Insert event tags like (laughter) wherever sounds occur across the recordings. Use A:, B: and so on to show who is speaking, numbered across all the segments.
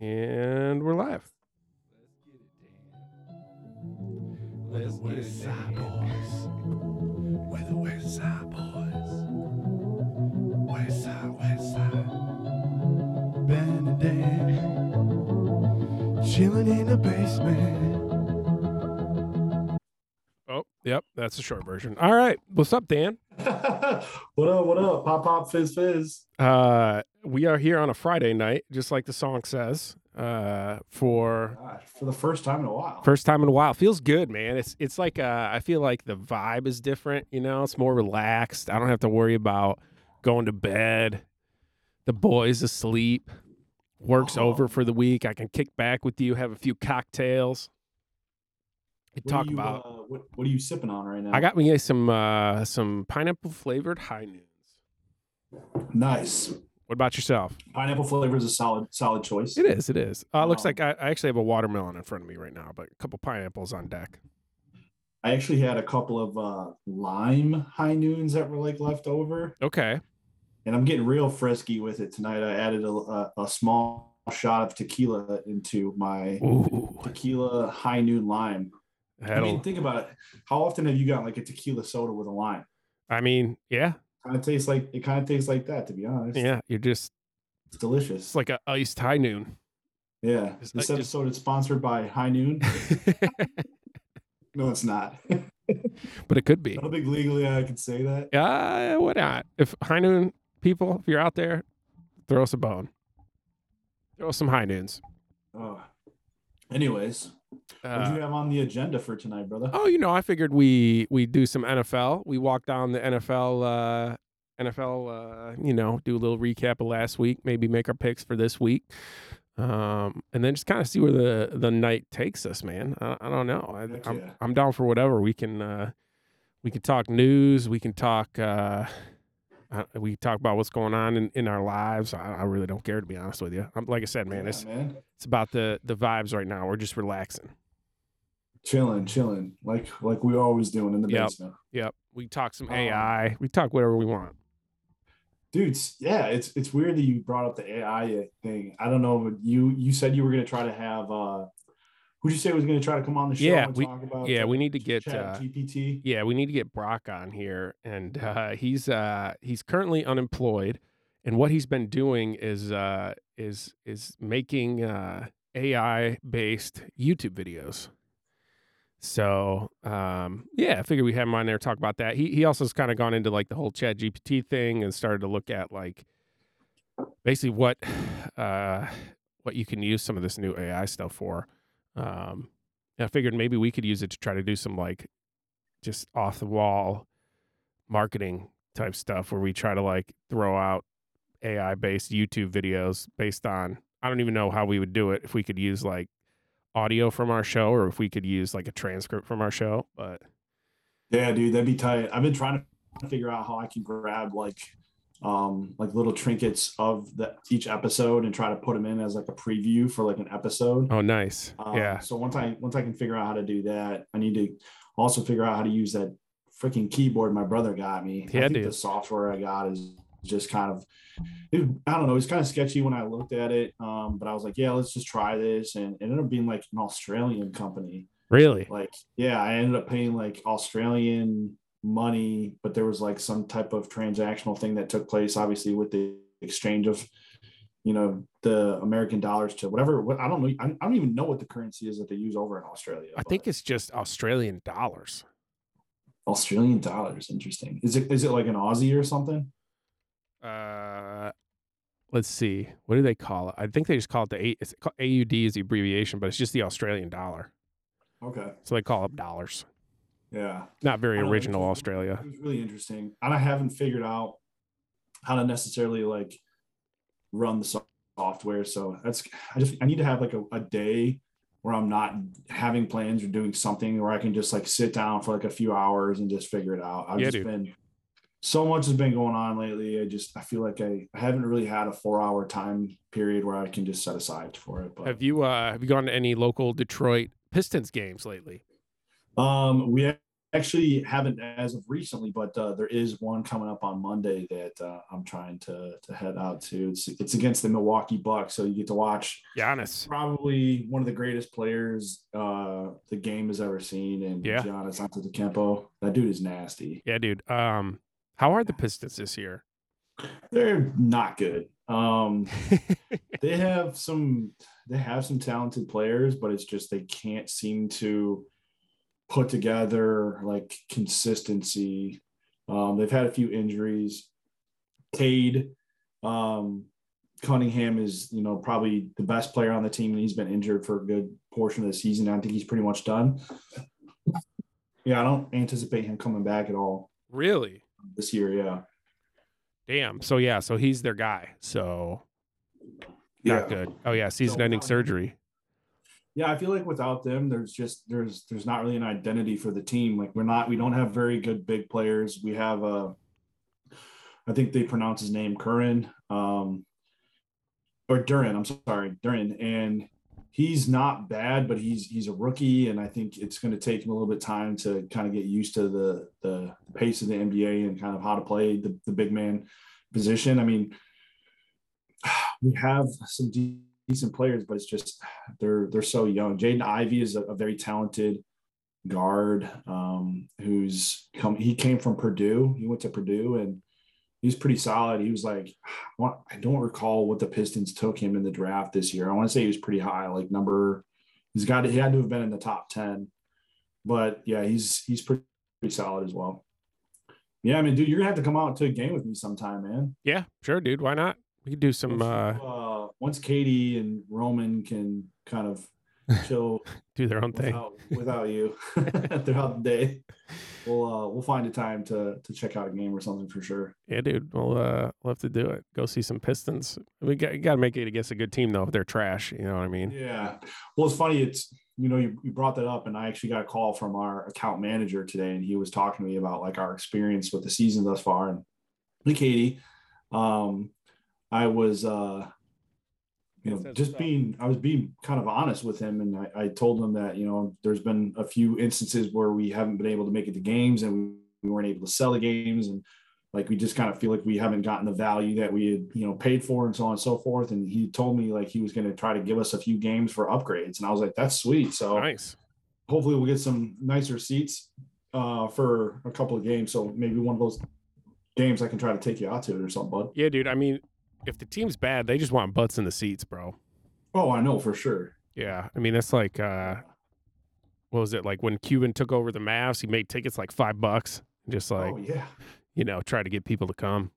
A: And we're live.
B: We're the West Side Boys. We're the West Side Boys. West Side, West Side. Band and Dan. Chilling in the basement.
A: Oh, yep. That's the short version. All right. What's up, Dan?
B: (laughs) what up, what up? Pop, pop, fizz, fizz.
A: Uh, we are here on a Friday night, just like the song says, uh, for
B: Gosh, for the first time in a while.
A: first time in a while. Feels good, man. It's it's like uh, I feel like the vibe is different. You know, it's more relaxed. I don't have to worry about going to bed. The boys asleep. Work's
B: Oh.
A: over for the week. I can kick back with you, have a few cocktails. We
B: What are
A: talk
B: you,
A: about.
B: Uh, what, what are you sipping on right now?
A: I got me some uh, some pineapple flavored high noons.
B: nice.
A: What about yourself?
B: Pineapple flavor is a solid, solid choice.
A: It is. It is. Uh, Looks
B: Wow.
A: like I, I actually have a watermelon in front of me right now, but a couple pineapples on deck.
B: I actually had a couple of uh, lime high noons that were like left over,
A: Okay.
B: and I'm getting real frisky with it tonight. I added a, a, a small shot of tequila into my
A: Ooh,
B: tequila high noon lime. I
A: that'll.
B: mean, think about it. How often have you gotten like a tequila soda with a lime?
A: I mean, yeah,
B: Kind of tastes like it. Kind of tastes like that, to be honest.
A: yeah. You're just
B: it's delicious.
A: It's like a iced high (laughs) noon.
B: yeah,
A: it's
B: this
A: like- it's-
B: episode is sponsored by
A: (laughs)
B: High Noon. no, it's not. (laughs) I
A: but it could be.
B: don't think legally I can say that.
A: Uh, why not? If high noon people, if you're out there, throw us a bone. Throw us some high noons.
B: Oh. Anyways, what do
A: Uh,
B: you have on the agenda for tonight, brother?
A: oh, you know, I figured we we do some NFL. We walk down the NFL, uh, NFL. Uh, you know, do a little recap of last week. Maybe make our picks for this week. Um, and then just kind of see where the, the night takes us, man. I, I don't know.
B: Heck
A: I, I'm,
B: yeah.
A: I'm down for whatever. We can, uh, we can talk news. We can talk, uh, I, we can talk about what's going on in, in our lives. I, I really don't care to be honest with you. I'm, like I said, man,
B: Yeah,
A: it's,
B: man.
A: it's about the, the vibes right now. We're just relaxing.
B: Chilling, chilling, like like we always doing in the
A: Yep.
B: basement,
A: Yep. We talk some
B: Um,
A: AI. We talk whatever we want.
B: dudes. Yeah, it's it's weird that you brought up the AI thing. I don't know, but you you said you were gonna try to have. uh Who'd you say was gonna try to come on the show?
A: Yeah,
B: and talk about
A: Yeah.
B: the
A: We need to get, uh,
B: ChatGPT?
A: yeah, we need to get Brock on here, and uh, he's uh, he's currently unemployed, and what he's been doing is uh, is is making uh, AI based YouTube videos. So um, yeah, I figured we would have him on there to talk about that. He he also has kind of gone into like the whole Chat GPT thing and started to look at like basically what (sighs) uh, what you can use some of this new AI stuff for. Um, and I figured maybe we could use it to try to do some like just off the wall marketing type stuff where we try to like throw out AI based YouTube videos based on I don't even know how we would do it if we could use like audio from our show or if we could use like a transcript from our show. But
B: Yeah, dude, that'd be tight. I've been trying to figure out how I can grab like um like little trinkets of the each episode and try to put them in as like a preview for like an episode.
A: oh, nice,
B: Um,
A: yeah,
B: So once I once I can figure out how to do that, I need to also figure out how to use that freaking keyboard my brother got me.
A: Yeah,
B: I think
A: dude.
B: the software I got is just kind of it, I don't know, it's kind of sketchy when I looked at it. Um, but I was like, yeah, let's just try this. And it ended up being like an Australian company.
A: really,
B: Like, yeah, I ended up paying like Australian money, but there was like some type of transactional thing that took place, obviously, with the exchange of you know the American dollars to whatever. What I don't know, I, I don't even know what the currency is that they use over in Australia.
A: I
B: but
A: think it's just Australian dollars.
B: Australian dollars. Interesting. Is it is it like an Aussie or something?
A: Uh, let's see, what do they call it? I think they just call it the A- it's called AUD is the abbreviation, but it's just the Australian dollar.
B: Okay.
A: So they call it dollars.
B: Yeah.
A: Not very
B: I don't know,
A: original,
B: it's-
A: Australia.
B: It was really interesting, and I haven't figured out how to necessarily like run the so- software. So that's I just I need to have like a, a day where I'm not having plans or doing something where I can just like sit down for like a few hours and just figure it out. I've
A: Yeah,
B: just
A: dude.
B: been so much has been going on lately. I just I feel like I, I haven't really had a four hour time period where I can just set aside for it. But
A: Have you uh have you gone to any local Detroit Pistons games lately?
B: Um, we actually haven't as of recently, but uh, there is one coming up on Monday that uh, I'm trying to to head out to. It's it's against the Milwaukee Bucks, so you get to watch
A: Giannis.
B: probably one of the greatest players uh, the game has ever seen, and
A: Yeah.
B: Giannis Antetokounmpo. That dude is nasty.
A: Yeah, dude. Um, how are the Pistons this (laughs) year?
B: They're not good. Um, they have some they have some talented players but it's just they can't seem to put together like consistency um, they've had a few injuries Cade um, Cunningham is you know probably the best player on the team and he's been injured for a good portion of the season I think he's pretty much done yeah I don't anticipate him coming back at all
A: really?
B: this year yeah
A: Damn. So yeah, so he's their guy. So not good. Oh yeah, season-ending surgery.
B: yeah i feel like without them there's just there's there's not really an identity for the team like we're not we don't have very good big players we have uh i think they pronounce his name curran um or duran i'm sorry duran and he's not bad but he's he's a rookie and i think it's going to take him a little bit of time to kind of get used to the the pace of the nba and kind of how to play the, the big man position i mean (sighs) we have some de- decent players but it's just they're they're so young. Jaden Ivy is a, a very talented guard um, who's come. He came from Purdue. He went to Purdue and he's pretty solid. He was like, I want- I don't recall what the Pistons took him in the draft this year. I want to say he was pretty high, like number. He's got he had to have been in the top ten, but yeah, he's he's pretty, pretty solid as well. Yeah, I mean, dude, you're gonna have to come out to a game with me sometime, man.
A: Yeah, sure, dude. Why not? We could do some uh
B: Once, uh, once Katie and Roman can kind of chill
A: do their own thing.
B: without, without you (laughs) throughout the day, we'll uh, we'll find a time to to check out a game or something for sure.
A: Yeah, dude. We'll uh we'll have to do it. Go see some Pistons. We got gotta make it against a good team though, if they're trash. You know what I mean?
B: Yeah. Well, it's funny. It's you know you, you brought that up, and I actually got a call from our account manager today, and he was talking to me about like our experience with the season thus far. And hey, Katie, um, I was uh, you
A: It
B: know
A: says
B: just
A: so.
B: being I was being kind of honest with him, and I, I told him that you know there's been a few instances where we haven't been able to make it to games, and we weren't able to sell the games, and like we just kind of feel like we haven't gotten the value that we had you know paid for and so on and so forth and he told me like he was going to try to give us a few games for upgrades and i was like that's sweet so
A: Nice.
B: hopefully we'll get some nicer seats uh, for a couple of games so maybe one of those games i can try to take you out to it or something bud
A: Yeah, dude. I mean, if the team's bad, they just want butts in the seats, bro.
B: oh i know for sure
A: Yeah. I mean, that's like uh what was it like when Cuban took over the Mavs, he made tickets like five bucks. Just like,
B: oh yeah
A: you know, try to get people to come.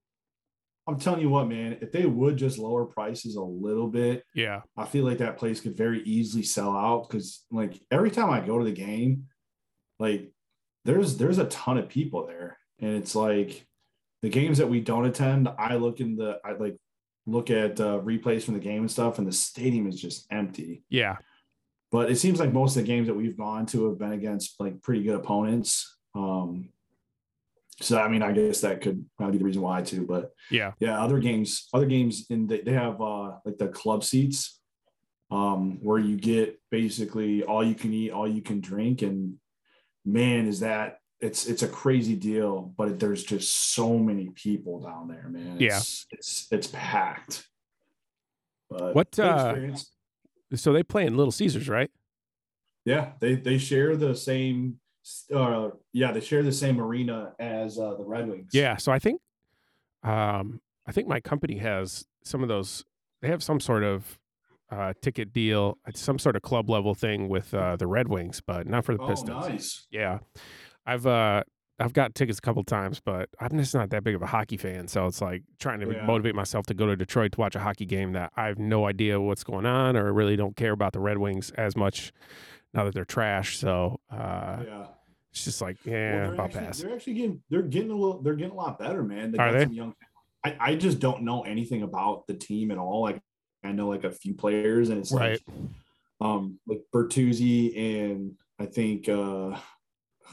B: i'm telling you what man if they would just lower prices a little bit
A: Yeah.
B: I feel like that place could very easily sell out because like every time I go to the game, like there's there's a ton of people there. And it's like the games that we don't attend, I look in the I like look at uh, replays from the game and stuff, and the stadium is just empty.
A: Yeah.
B: But it seems like most of the games that we've gone to have been against like pretty good opponents. Um so I mean, I guess that could probably be the reason why too, but
A: Yeah.
B: yeah, other games, other games, and they, they have uh, like the club seats, um, where you get basically all you can eat, all you can drink, and man, is that it's it's a crazy deal. But there's just so many people down there, man.
A: Yeah.
B: It's it's, it's packed. But
A: What,
B: good
A: uh,
B: experience.
A: So they play in Little Caesars, right?
B: Yeah, they they share the same. Uh, yeah, they share the same arena as uh, the Red Wings.
A: Yeah. So I think, um, I think my company has some of those. They have some sort of uh, ticket deal, it's some sort of club level thing with uh, the Red Wings, but not for the
B: Oh,
A: Pistons.
B: nice.
A: Yeah, I've uh, I've got tickets a couple times, but I'm just not that big of a hockey fan. So it's like trying to
B: Yeah.
A: motivate myself to go to Detroit to watch a hockey game that I have no idea what's going on, or really don't care about the Red Wings as much now that they're trash. So uh,
B: yeah.
A: it's just like,
B: Well,
A: yeah,
B: they're,
A: I'll
B: actually,
A: pass.
B: they're actually getting they're getting a little they're getting a lot better, man. They
A: Are
B: got
A: they?
B: some young I, I just don't know anything about the team at all. Like I know like a few players and it's
A: Right.
B: like um like Bertuzzi and I think uh oh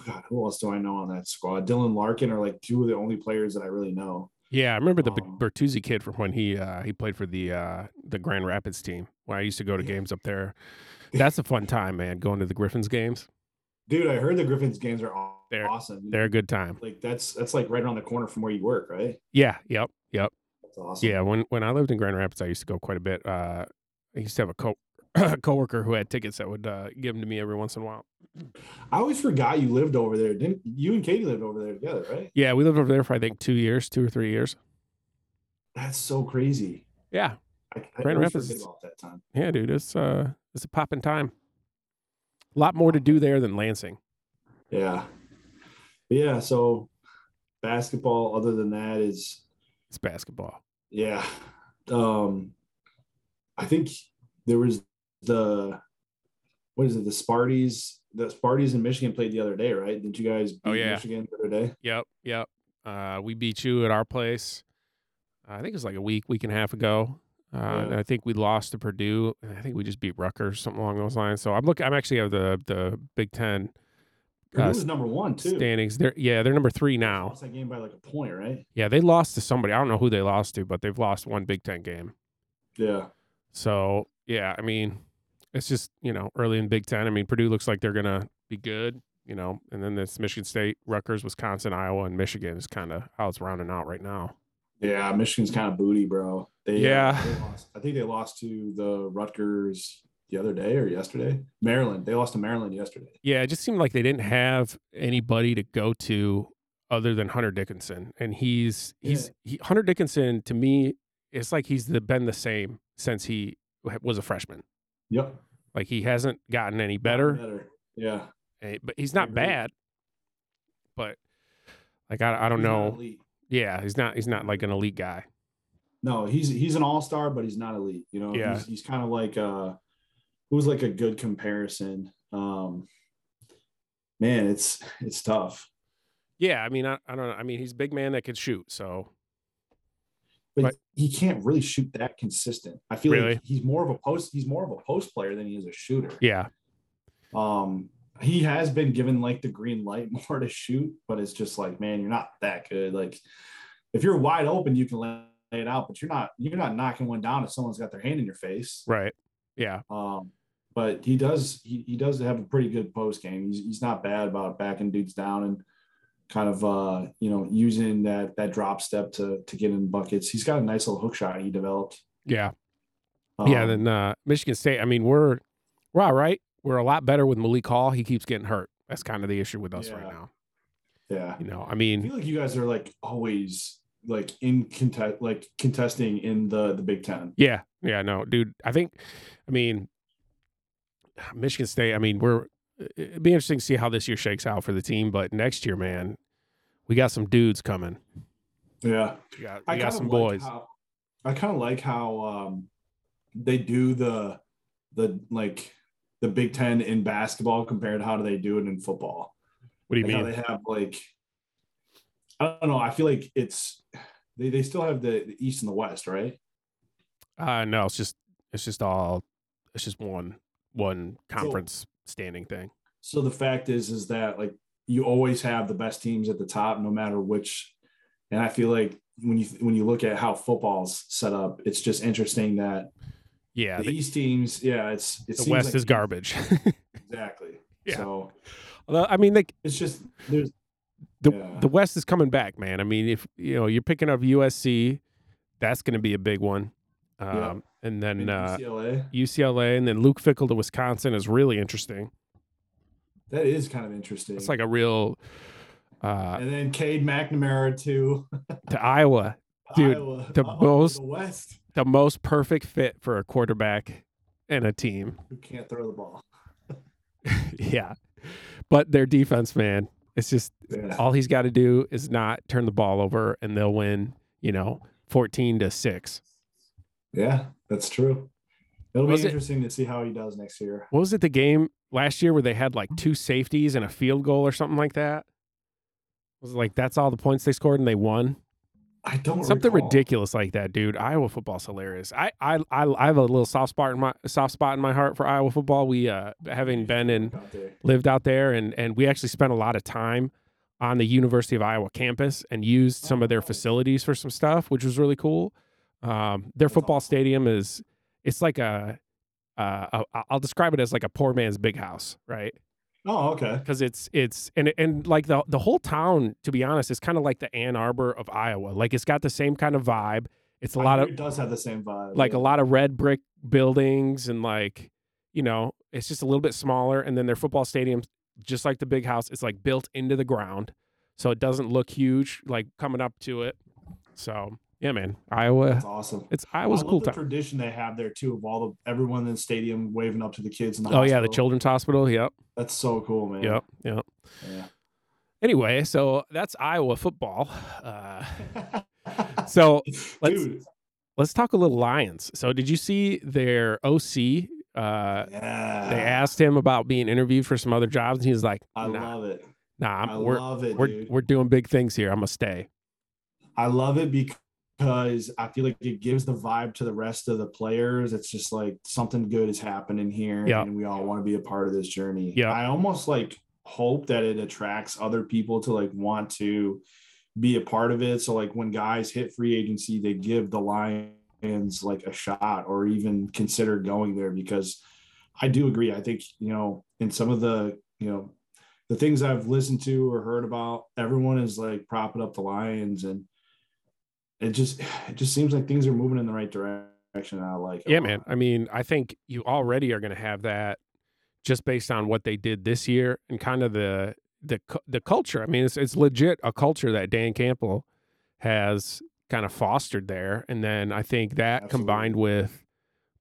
B: God, who else do I know on that squad? Dylan Larkin are like two of the only players that I really know.
A: Yeah, I remember the B
B: Um,
A: Bertuzzi kid from when he uh, he played for the uh, the Grand Rapids team. When I used to go to
B: Yeah.
A: games up
B: (laughs)
A: there, that's a fun time, man. Going to the Griffins games,
B: Dude, I heard the Griffins games are aw-
A: They're-
B: awesome.
A: They're a good time.
B: like that's that's like right around the corner from where you work, right?
A: Yeah. Yep. Yep.
B: That's awesome.
A: Yeah, when when I lived in Grand Rapids, I used to go quite a bit. Uh, I used to have a co (clears throat) coworker who had tickets that would uh, give them to me every once in a while.
B: I always forgot you lived over there. Didn't you and Katie lived over there together, right?
A: Yeah, we lived over there for I think two years, two or three years.
B: That's so crazy.
A: Yeah,
B: I, I
A: Grand
B: always
A: Rapids
B: forget
A: is-
B: about that time.
A: yeah, dude, it's uh, it's a popping time. A lot more to do there than Lansing.
B: Yeah. Yeah. So basketball, other than that, is
A: It's basketball.
B: yeah. Um I think there was the what is it, the Sparties. The Sparties in Michigan played the other day, right? Didn't you guys beat
A: Oh, yeah.
B: Michigan the other day?
A: Yep, yep. Uh, we beat you at our place. I think it was like a week, week and a half ago. Uh, and
B: Yeah.
A: I think we lost to Purdue, and I think we just beat Rutgers, something along those lines. So I'm looking. I'm actually at the the Big Ten
B: Purdue
A: Uh,
B: was number one too.
A: standings. They're yeah, they're number three now.
B: Lost that game by like a point, right?
A: Yeah, they lost to somebody. I don't know who they lost to, but they've lost one Big Ten game.
B: Yeah.
A: So yeah, I mean, it's just you know early in Big Ten. I mean, Purdue looks like they're gonna be good, you know, and then this Michigan State, Rutgers, Wisconsin, Iowa, and Michigan is kind of how it's rounding out right now.
B: Yeah, Michigan's kind of booty, bro. They, uh,
A: Yeah.
B: they lost. I think they lost to the Rutgers the other day or yesterday. Maryland. They lost to Maryland yesterday.
A: Yeah, it just seemed like they didn't have anybody to go to other than Hunter Dickinson, and he's he's he, Hunter Dickinson to me. It's like he's the, been the same since he was a freshman.
B: Yep.
A: Like he hasn't gotten any better.
B: Better. Yeah.
A: Eh, but he's not
B: agree.
A: bad. But like I, I don't
B: He's not
A: know.
B: elite.
A: Yeah, he's not he's not like an elite guy.
B: No, he's he's an all star, but he's not elite. You know,
A: Yeah.
B: he's, he's kind of like uh, who's like a good comparison. Um, man, it's it's tough.
A: Yeah, I mean I, I don't know. I mean he's a big man that could shoot. So
B: but
A: Right.
B: he can't really shoot that consistent. I feel
A: Really?
B: like he's more of a post. He's more of a post player than he is a shooter.
A: yeah,
B: Um, he has been given like the green light (laughs) more to shoot, but it's just like, man, you're not that good. Like, if you're wide open, you can lay it out, but you're not. You're not knocking one down if someone's got their hand in your face.
A: right. Yeah,
B: Um, but he does. He, he does have a pretty good post game. He's he's not bad about backing dudes down and kind of uh you know using that that drop step to to get in buckets. He's got a nice little hook shot he developed.
A: yeah, yeah.
B: Um,
A: Then uh, Michigan State. I mean we're we're all right. We're a lot better with Malik Hall. He keeps getting hurt. That's kind of the issue with us right
B: Yeah.
A: now.
B: yeah.
A: You know, I
B: I
A: mean,
B: feel like you guys are like always like in contest like contesting in the the Big Ten.
A: Yeah, yeah, no, dude. I think, I mean, (sighs) Michigan State. I mean, we're it'd be interesting to see how this year shakes out for the team. But next year, man, we got some dudes coming.
B: Yeah.
A: We got,
B: I
A: we
B: kinda
A: got some
B: like
A: boys.
B: how- I kind of like how um they do the the like the Big Ten in basketball compared to how do they do it in football.
A: what do you
B: like how
A: mean?
B: they have like I don't know. I feel like it's they, they still have the, the East and the West, right?
A: uh No, it's just it's just all it's just one one conference standing thing.
B: So the fact is, is that like you always have the best teams at the top, no matter which. And I feel like when you when you look at how football's set up, it's just interesting that
A: Yeah,
B: the
A: the,
B: East teams, yeah, it's it
A: the
B: seems
A: West
B: like
A: is
B: the-
A: garbage. (laughs)
B: exactly.
A: Yeah.
B: So
A: Although, I mean, they,
B: it's just there's
A: The-
B: yeah,
A: the West is coming back, man. I mean, if you know you're picking up USC, that's going to be a big one. Um,
B: Yeah.
A: And then
B: and
A: uh,
B: UCLA.
A: UCLA, and then Luke Fickle to Wisconsin is really interesting.
B: That is kind of interesting.
A: It's like a real uh,
B: and then Cade McNamara (laughs) to
A: to Iowa Dude,
B: Iowa,
A: the
B: Oh,
A: most-
B: the West
A: the most perfect fit for a quarterback and a team. (laughs)
B: who can't throw the ball.
A: yeah, but their defense, man, it's just
B: Yeah.
A: all he's got to do is not turn the ball over, and they'll win. You know, fourteen to six.
B: Yeah, that's true. It'll
A: Was
B: be
A: it-
B: interesting to see how he does next year.
A: What was it? The game last year where they had like two safeties and a field goal or something like that. Was it like that's all the points they scored and they won?
B: I don't
A: Something
B: recall.
A: ridiculous like that, dude. Iowa football's hilarious. I, I I I have a little soft spot in my soft spot in my heart for Iowa football. We uh having been and
B: Out there.
A: lived out there and and we actually spent a lot of time on the University of Iowa campus and used some of their facilities for some stuff, which was really cool. Um, their
B: That's
A: football
B: awesome.
A: stadium is it's like a uh, a- I'll describe it as like a poor man's big house, right?
B: Oh, okay.
A: because it's it's and and like the the whole town to be honest is kind of like the Ann Arbor of Iowa. Like it's got the same kind of vibe. It's a
B: I
A: lot
B: think
A: of
B: it does have the same vibe.
A: like
B: yeah.
A: a lot of red brick buildings and like you know it's just a little bit smaller and then their football stadium just like the big house it's like built into the ground so it doesn't look huge like coming up to it so yeah man iowa
B: That's awesome.
A: it's iowa's a
B: I love
A: cool
B: the
A: town
B: tradition they have there too of all the everyone in the stadium waving up to the kids. In the
A: oh yeah the
B: hospital.
A: children's hospital yep
B: That's so cool, man.
A: yep yep
B: Yeah. (laughs)
A: anyway so that's iowa football uh so let's
B: Dude,
A: let's talk a little lions so did you see their oc uh
B: yeah.
A: they asked him about being interviewed for some other jobs and he was like
B: Ah. I
A: nah.
B: love it.
A: Nah,
B: i
A: I'm, we're
B: love it,
A: we're
B: dude.
A: we're doing big things here. I'm gonna stay.
B: I love it because I feel like it gives the vibe to the rest of the players. It's just like something good is happening here,
A: Yeah.
B: and we all want to be a part of this journey.
A: Yeah.
B: I almost like hope that it attracts other people to like want to be a part of it. So like when guys hit free agency, they give the Lions like a shot or even consider going there because I do agree. I think you know in some of the you know the things I've listened to or heard about, everyone is like propping up the Lions and it just it just seems like things are moving in the right direction. and I like it a
A: Yeah,
B: lot.
A: man. I mean, I think you already are gonna have that just based on what they did this year and kind of the the cu- the culture. I mean, it's it's legit a culture that Dan Campbell has kind of fostered there, and then I think that combined with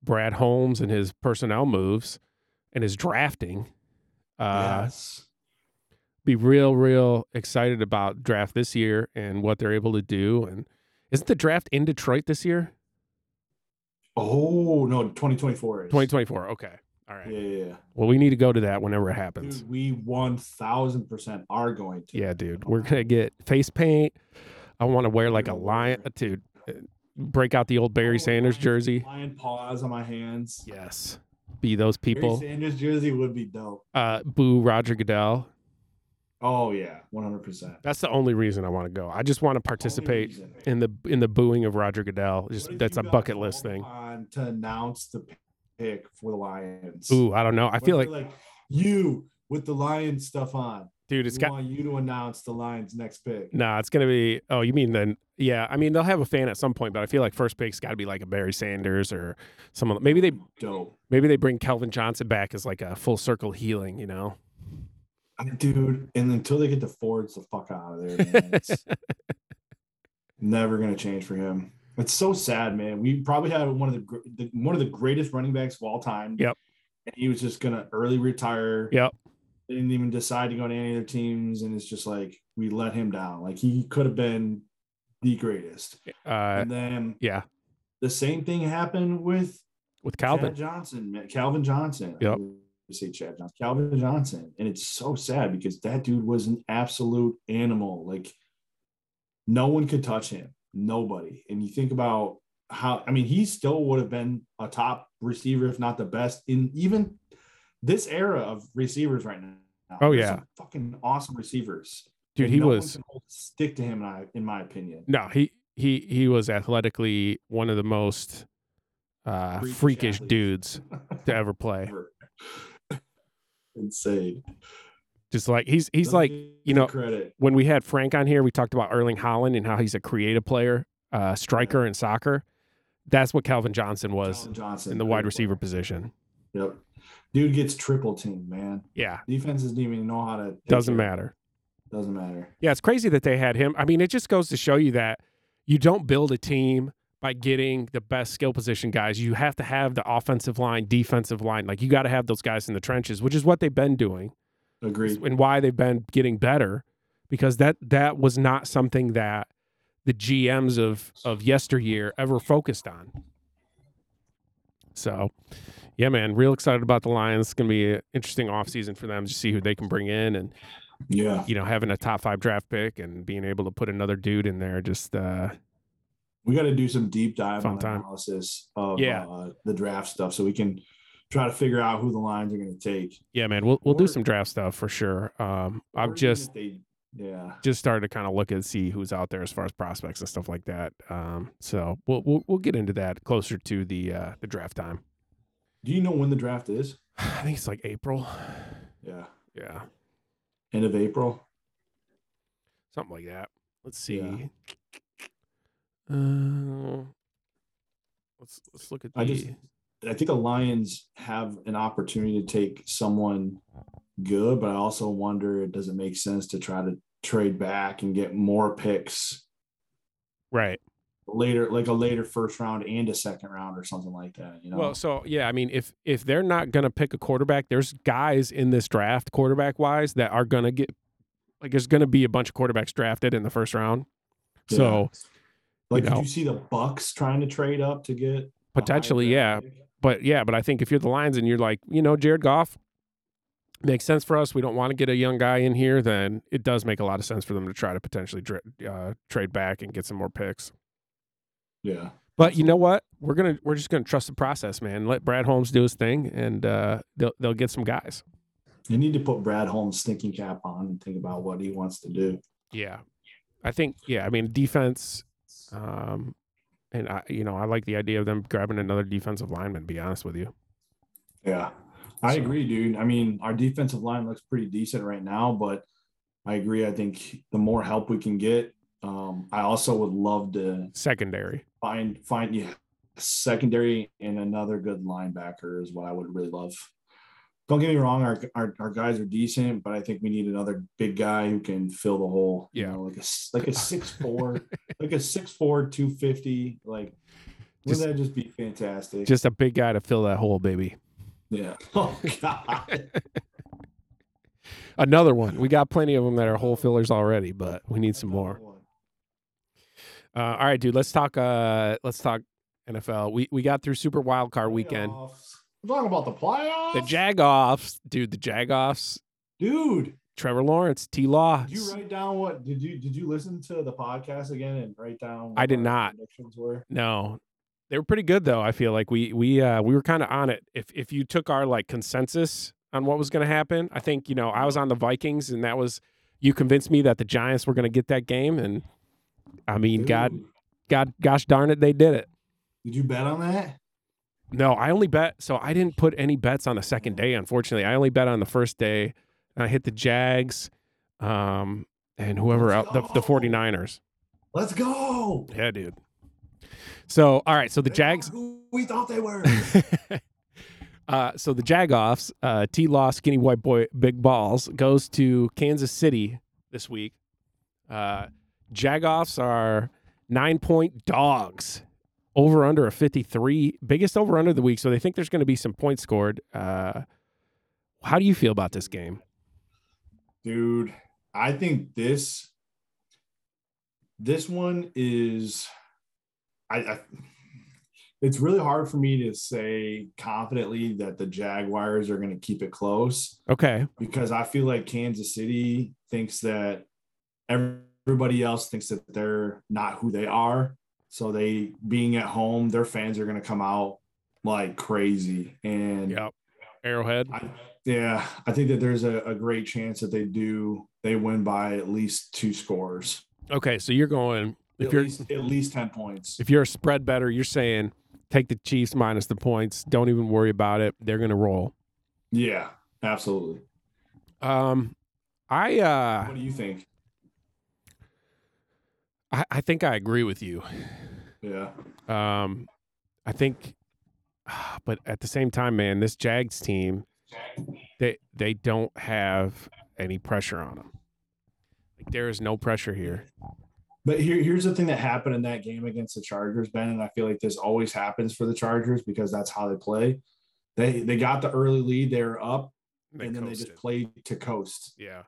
A: Brad Holmes and his personnel moves and his drafting. Uh,
B: yes.
A: be real, real excited about draft this year and what they're able to do. And isn't the draft in Detroit this year?
B: Oh no, 2024 is
A: 2024. Okay. All right.
B: Yeah, yeah, yeah.
A: Well, we need to go to that whenever it happens.
B: Dude, we one thousand percent are going to.
A: Yeah, dude. We're gonna get face paint. I want to wear like a lion, dude. uh, Break out the old Barry
B: Oh,
A: Sanders
B: lion-
A: jersey.
B: Lion paws on my hands.
A: Yes. Be those
B: Barry
A: people.
B: Sanders jersey would be dope.
A: Uh, boo Roger Goodell.
B: Oh yeah, one hundred percent.
A: That's the only reason I want to go. I just want to participate
B: Oh,
A: in the in the booing of Roger Goodell. Just that's a bucket list thing.
B: On to announce the pick for the Lions.
A: Ooh, I don't know. I
B: What
A: feel
B: if
A: like,
B: they're you with the Lions stuff on.
A: dude,
B: It's
A: it's
B: we
A: got
B: want you to announce the Lions next pick.
A: Nah, it's gonna be. Oh, you mean then? Yeah, I mean they'll have a fan at some point, but I feel like first pick's got to be like a Barry Sanders or someone. Maybe they
B: dope.
A: maybe they bring Calvin Johnson back as like a full circle healing. You know?
B: I- Dude, and until they get the Fords the fuck out of there, man.
A: (laughs)
B: It's never gonna change for him. It's so sad, man. We probably had one of the, gr- the one of the greatest running backs of all time.
A: Yep.
B: And he was just gonna early retire.
A: Yep.
B: Didn't even decide to go to any other teams, and it's just like we let him down. Like he could have been the greatest.
A: Uh,
B: and then
A: yeah,
B: the same thing happened with
A: with Calvin.
B: Chad Johnson, man. Calvin Johnson.
A: Yep.
B: I say Chad Johnson, Calvin Johnson. And it's so sad because that dude was an absolute animal. Like no one could touch him. Nobody. And you think about how I mean, he still would have been a top receiver, if not the best, in even this era of receivers right now.
A: Oh,
B: There's
A: yeah.
B: some fucking awesome receivers.
A: Dude,
B: And
A: he
B: no one
A: was
B: can hold a stick to him. In my, in my opinion,
A: no he he he was athletically one of the most uh,
B: Freakish
A: freakish
B: athletes.
A: dudes
B: (laughs)
A: to ever play.
B: insane.
A: Just like he's he's
B: Let
A: like
B: me give
A: you
B: him
A: know-
B: credit.
A: when we had Frank on here, we talked about Erling Holland and how he's a creative player, uh, striker in soccer. That's what Calvin Johnson was
B: Calvin Johnson
A: in the
B: great
A: wide
B: player.
A: receiver position.
B: Yep. Dude gets triple teamed, man.
A: Yeah,
B: Defense doesn't even know how to. take
A: doesn't
B: it.
A: matter.
B: Doesn't matter.
A: Yeah, it's crazy that they had him. I mean, it just goes to show you that you don't build a team by getting the best skill position guys. You have to have the offensive line, defensive line. Like you got to have those guys in the trenches, which is what they've been doing
B: Agreed.
A: and why they've been getting better because that that was not something that the GMs of of yesteryear ever focused on. So, yeah, man, real excited about the Lions. It's going to be an interesting offseason for them to see who they can bring in and,
B: Yeah.
A: you know, having a top five draft pick and being able to put another dude in there. Just, uh,
B: We got to do some deep dive
A: Fun
B: on
A: time.
B: analysis of
A: Yeah.
B: uh, the draft stuff so we can try to figure out who the lines are going to take.
A: yeah, man, we'll, we'll do
B: Or-
A: some draft stuff for sure. Um,
B: Or even
A: I've just,
B: if They, yeah.
A: just started to kind of look and see who's out there as far as prospects and stuff like that. Um, so we'll, we'll we'll get into that closer to the uh, the draft time. (sighs)
B: Do you know when the draft is?
A: I think it's like April. (sighs)
B: Yeah.
A: Yeah.
B: end of April.
A: Something like that. Let's see.
B: Yeah.
A: Uh, let's let's look at the
B: I just- I think the Lions have an opportunity to take someone good, but I also wonder does it make sense to try to trade back and get more picks
A: right.
B: later, like a later first round and a second round or something like that. You know,
A: Well, so yeah, I mean, if if they're not gonna pick a quarterback, there's guys in this draft, quarterback wise, that are gonna get like there's gonna be a bunch of quarterbacks drafted in the first round.
B: Yeah.
A: So
B: like did
A: know.
B: you see the Bucks trying to trade up to get a high
A: potentially, yeah.
B: draft pick?
A: But yeah, but I think if you're the Lions and you're like, you know, Jared Goff makes sense for us. We don't want to get a young guy in here. Then it does make a lot of sense for them to try to potentially dra- uh, trade back and get some more picks.
B: Yeah.
A: But you know what? We're gonna we're just gonna trust the process, man. Let Brad Holmes do his thing, and uh, they'll they'll get some guys.
B: You need to put Brad Holmes' thinking cap on and think about what he wants to do.
A: Yeah, I think yeah. I mean defense, um, and I you know I like the idea of them grabbing another defensive lineman. to Be honest with you.
B: Yeah, I
A: So-
B: agree, dude. I mean, our defensive line looks pretty decent right now, but I agree. I think the more help we can get, um, I also would love to
A: Secondary.
B: find find yeah, secondary and another good linebacker is what I would really love. Don't get me wrong, our, our, our guys are decent, but I think we need another big guy who can fill the hole. you
A: Yeah.
B: know, like a s- like
A: (laughs)
B: a six four, like a six four two fifty. Like,
A: Just-
B: wouldn't that just be fantastic?
A: Just a big guy to fill that hole, baby.
B: yeah. (laughs) Oh God.
A: Another one. We got plenty of them that are hole fillers already, but we (laughs) need some more. Uh, all right, dude. Let's talk. Uh, let's talk NFL. We we got through Super Wild Card Weekend.
B: Playoffs. We're talking about the playoffs.
A: The Jagoffs, dude. The Jagoffs.
B: Dude,
A: Trevor Lawrence, T. Law.
B: did you write down what did you did you listen to the podcast again and write down what
A: I did
B: our
A: not.
B: predictions were?
A: No, they were pretty good though. I feel like we we uh, we were kind of on it. If if you took our like consensus on what was going to happen, I think you know I was on the Vikings, and that was you convinced me that the Giants were going to get that game, and I mean, God,
B: Dude,
A: God, gosh darn it, they did it.
B: Did you bet on that?
A: No, I only bet. So I didn't put any bets on the second day. Unfortunately, I only bet on the first day. And I hit the Jags, um, and whoever
B: Let's
A: else, the, the
B: go.
A: 49ers.
B: Let's go.
A: Yeah, dude. So all right, so the
B: They
A: Jags.
B: are who we thought they were. (laughs)
A: (laughs) uh, so the Jagoffs, uh, T Law, Skinny White Boy, Big Balls, goes to Kansas City this week. Uh, Jagoffs are nine point dogs. Over under a 53, biggest over under of the week. So they think there's going to be some points scored. Uh, how do you feel about this game?
B: Dude, I think this this one is I, I it's really hard for me to say confidently that the Jaguars are going to keep it close.
A: Okay.
B: because I feel like Kansas City thinks that everybody else thinks that they're not who they are. So they being at home, their fans are going to come out like crazy. And
A: Yep. Arrowhead.
B: I, yeah, I think that there's a, a great chance that they do they win by at least two scores.
A: Okay. So you're going, if
B: At
A: you're,
B: least, at least 10 points.
A: if you're a spread better, you're saying take the Chiefs minus the points. Don't even worry about it. They're going to roll.
B: Yeah, absolutely.
A: Um, I uh,
B: What do you think?
A: I, I think I agree with you.
B: Yeah.
A: Um, I think, (sighs) but at the same time, man, this Jags team, they they don't have any pressure on them. Like there is no pressure here.
B: But here, here's the thing that happened in that game against the Chargers, Ben, and I feel like this always happens for the Chargers because that's how they play. They they got the early lead, they were up,
A: They
B: and then they
A: coasted.
B: just played to coast.
A: yeah,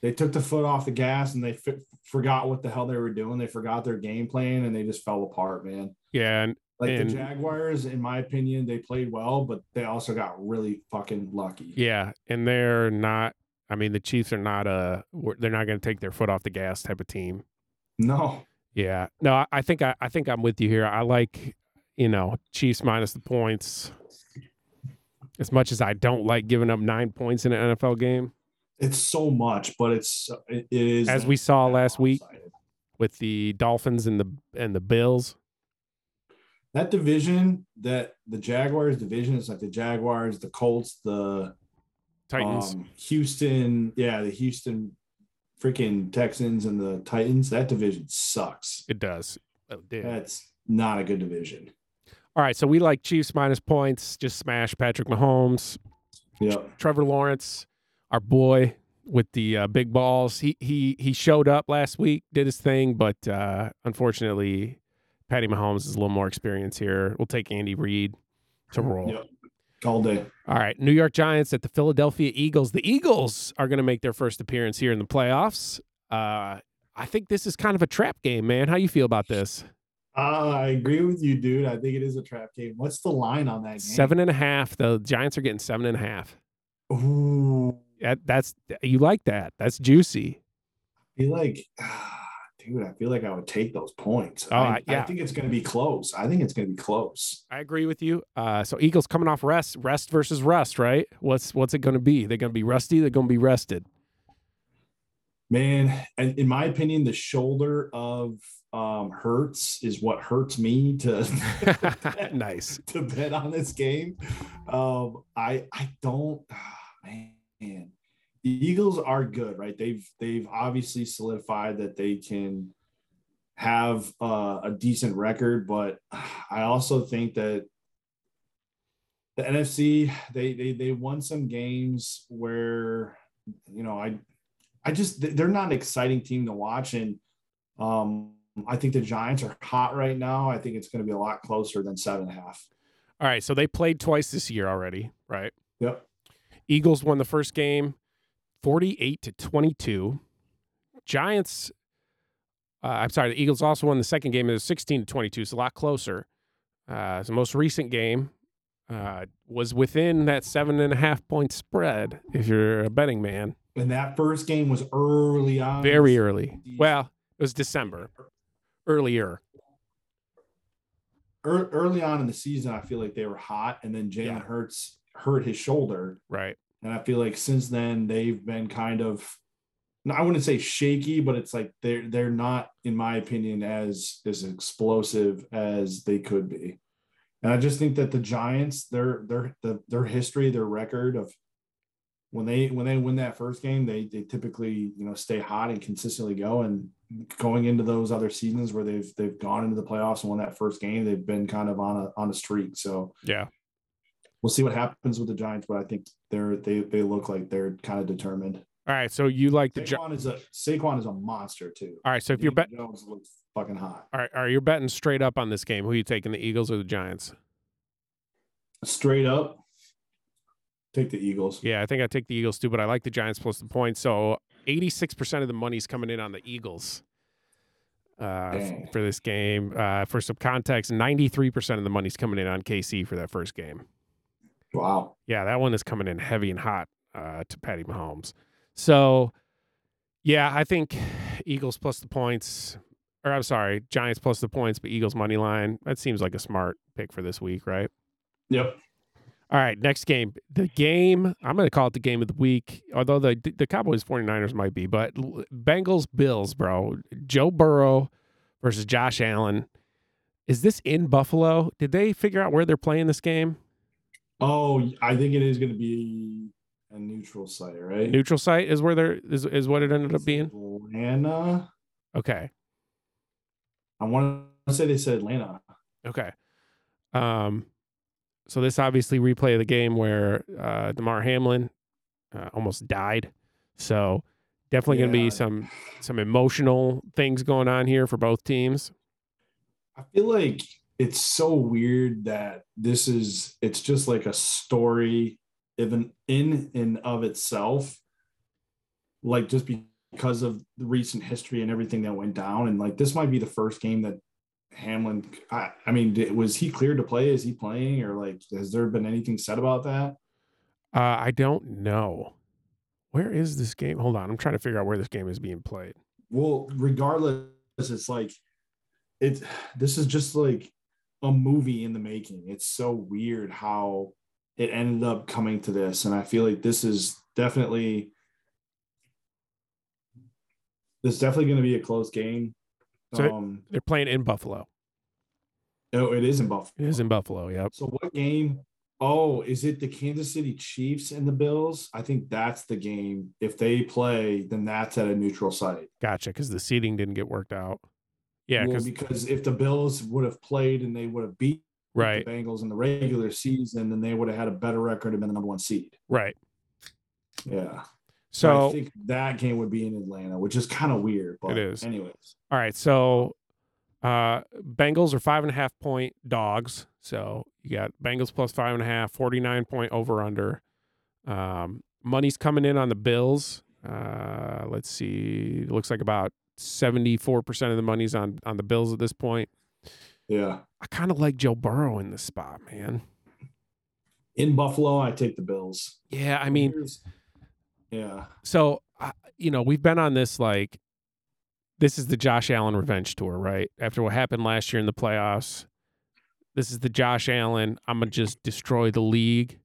B: They took the foot off the gas and they f- forgot what the hell they were doing. They forgot their game plan and they just fell apart, man.
A: yeah, and
B: Like
A: And-
B: the Jaguars, in my opinion, they played well, but they also got really fucking lucky.
A: yeah, and they're not. I mean, the Chiefs are not a. They're not going to take their foot off the gas type of team.
B: No,
A: Yeah. No, I, I think I, I think I'm with you here. I like, you know, Chiefs minus the points. As much as I don't like giving up nine points in an NFL game,
B: it's so much, but it's it is
A: as
B: that-
A: we saw last week
B: lopsided.
A: with the Dolphins and the and the Bills.
B: that division that the Jaguars division is like the Jaguars, the Colts, the
A: Titans.
B: Um, Houston, yeah, the Houston freaking Texans and the Titans. That division sucks.
A: it does. Oh, it did.
B: That's not a good division.
A: All right. So we like Chiefs minus points. Just smash Patrick Mahomes.
B: Yep.
A: Trevor Lawrence, our boy with the uh, big balls. He he he showed up last week, did his thing, but uh, unfortunately, Patty Mahomes is a little more experience here. We'll take Andy Reid to roll.
B: Yep. All day.
A: All right, New York Giants at the Philadelphia Eagles. The Eagles are going to make their first appearance here in the playoffs. Uh, I think this is kind of a trap game, man. How you feel about this?
B: Uh, I agree with you, dude. I think it is a trap game. What's the line on that game?
A: Seven and a half. The Giants are getting seven and a half.
B: Ooh.
A: That, that's you like that? That's juicy.
B: I feel like, (sighs) dude, I feel like I would take those points.
A: Oh,
B: I,
A: I- yeah.
B: I think it's going to be close. I think it's going to be close.
A: I agree with you. Uh, so Eagles coming off rest, rest versus rust, right? What's what's it going to be? They're going to be rusty. They're going to be rested. (laughs)
B: Man, and in my opinion, the shoulder of um, Hurts is what hurts me
A: (laughs)
B: to
A: nice.
B: (laughs) to bet on this game. Um, I I don't ah, man. The Eagles are good, right? They've they've obviously solidified that they can have uh, a decent record, but I also think that the NFC they they they won some games where you know I I just they're not an exciting team to watch and um I think the Giants are hot right now. I think it's going to be a lot closer than seven and a half.
A: All right. So they played twice this year already, right?
B: Yep.
A: Eagles won the first game, forty-eight to twenty-two. Giants. Uh, I'm sorry. The Eagles also won the second game. It was sixteen to twenty-two. It's a lot closer. Uh, the most recent game uh, was within that seven and a half point spread. If you're a betting man,
B: And that first game was early on.
A: very early.
B: Decent.
A: Well, it was December, earlier.
B: Ear- early on in the season, I feel like they were hot. And then Jalen
A: Yeah.
B: Hurts hurt his shoulder.
A: Right.
B: And I feel like since then they've been kind of no, I wouldn't say shaky, but it's like they're they're not, in my opinion, as as explosive as they could be. And I just think that the Giants, their their the, their history, their record of when they when they win that first game, they they typically you know stay hot and consistently go. And going into those other seasons where they've they've gone into the playoffs and won that first game, they've been kind of on a on a streak. So
A: Yeah.
B: we'll see what happens with the Giants, but I think they're they they look like they're kind of determined.
A: All right. So you like the Gi-
B: Saquon is a Saquon is a monster too.
A: All right. So if you're bet,
B: Jones looks fucking hot,
A: all right, are you betting straight up on this game? Who you taking, the Eagles or the Giants?
B: straight up, take the Eagles.
A: Yeah, I think I take the Eagles too, but I like the Giants plus the points. So 86% of the money's coming in on the Eagles uh, f-
B: Dang.
A: for this game. Uh, for some context, 93% of the money's coming in on KC for that first game.
B: Wow,
A: Yeah, that one is coming in heavy and hot uh, to Patty Mahomes. So, yeah, I think Eagles plus the points, or I'm sorry, Giants plus the points, but Eagles money line. That seems like a smart pick for this week, right?
B: yep,
A: All right, next game. The game, I'm going to call it the game of the week, although the the Cowboys 49ers might be, but l- Bengals Bills, bro. Joe Burrow versus Josh Allen. Is this in Buffalo? Did they figure out where they're playing this game?
B: Oh, I think it is going to be a neutral site, right?
A: Neutral site is where they're is, is what it ended up being.
B: Atlanta.
A: Okay.
B: I want to say they said Atlanta.
A: Okay. Um, so this obviously replay of the game where uh, Demar Hamlin uh, almost died. So definitely going to
B: Yeah.
A: be some some emotional things going on here for both teams.
B: I feel like it's so weird that this is it's just like a story even in and of itself like just because of the recent history and everything that went down and like this might be the first game that Hamlin I, I mean did, was he cleared to play is he playing or like has there been anything said about that
A: Uh, I don't know where is this game. Hold on, I'm trying to figure out where this game is being played.
B: well regardless it's like it's this is just like a movie in the making it's so weird how it ended up coming to this and i feel like this is definitely this is definitely going to be a close game
A: So-
B: um
A: They're playing in Buffalo.
B: no it is in buffalo
A: It is in Buffalo. Yep.
B: so what game Oh, is it the Kansas City Chiefs and the Bills? I think that's the game. If they play, then that's at a neutral site.
A: Gotcha. Because the seating didn't get worked out. Yeah.
B: Well,
A: Because
B: because if the Bills would have played and they would have beat
A: right,
B: the Bengals in the regular season, then they would have had a better record and been the number one seed.
A: right.
B: Yeah.
A: So
B: I think that game would be in Atlanta, which is kind of weird.
A: It
B: But
A: is.
B: Anyways,
A: All right, so uh Bengals are five and a half point dogs. So you got Bengals plus five and a half, 49 point over under. Um money's coming in on the Bills. Uh let's see. It looks like about 74% of the money's on on the Bills at this point.
B: yeah.
A: I kind of like Joe Burrow in this spot, man.
B: In Buffalo, I take the Bills.
A: Yeah, I mean,
B: Here's- yeah.
A: so I- you know we've been on this like this is the josh allen revenge tour right after what happened last year in the playoffs this is the josh allen i'm gonna just destroy the league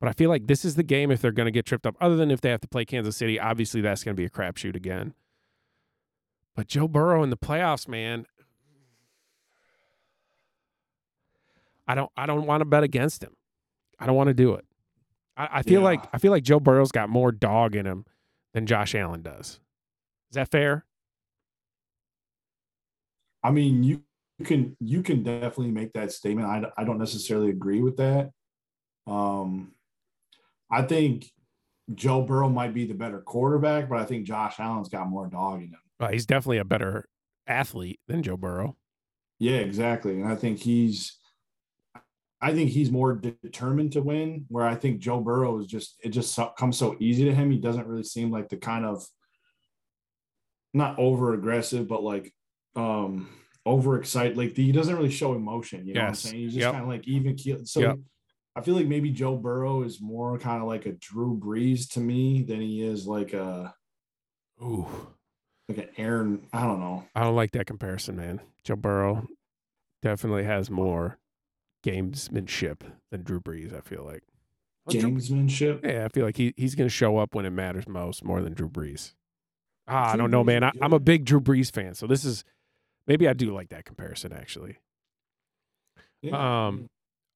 A: but i feel like this is the game if they're gonna get tripped up other than if they have to play kansas city obviously that's gonna be a crapshoot again but joe burrow in the playoffs man i don't i don't want to bet against him i don't want to do it I, I feel
B: Yeah.
A: like I feel like Joe Burrow's got more dog in him than Josh Allen does. Is that fair?
B: I mean, you, you can you can definitely make that statement. I, I don't necessarily agree with that. Um, I think Joe Burrow might be the better quarterback, but I think Josh Allen's got more dog in him.
A: Well, Uh, he's definitely a better athlete than Joe Burrow.
B: Yeah, exactly. And I think he's I think he's more determined to win, where I think Joe Burrow is just it just so- comes so easy to him. He doesn't really seem like the kind of not over aggressive, but like um over excited. Like he doesn't really show emotion. You know
A: Yes.
B: what I'm saying? He's just
A: Yep.
B: kind of like even keel. So
A: Yep.
B: I feel like maybe Joe Burrow is more kind of like a Drew Brees to me than he is like a
A: Ooh,
B: like an Aaron. I don't know.
A: I don't like that comparison, man. Joe Burrow definitely has more gamesmanship than Drew Brees. I feel like. Well, Drew-
B: Gamesmanship.
A: yeah, I feel like he he's gonna show up when it matters most more than Drew Brees. Ah, I
B: Drew
A: don't know,
B: Brees
A: man. I,
B: is
A: I'm a
B: good.
A: big Drew Brees fan, so this is maybe I do like that comparison actually.
B: Yeah.
A: Um,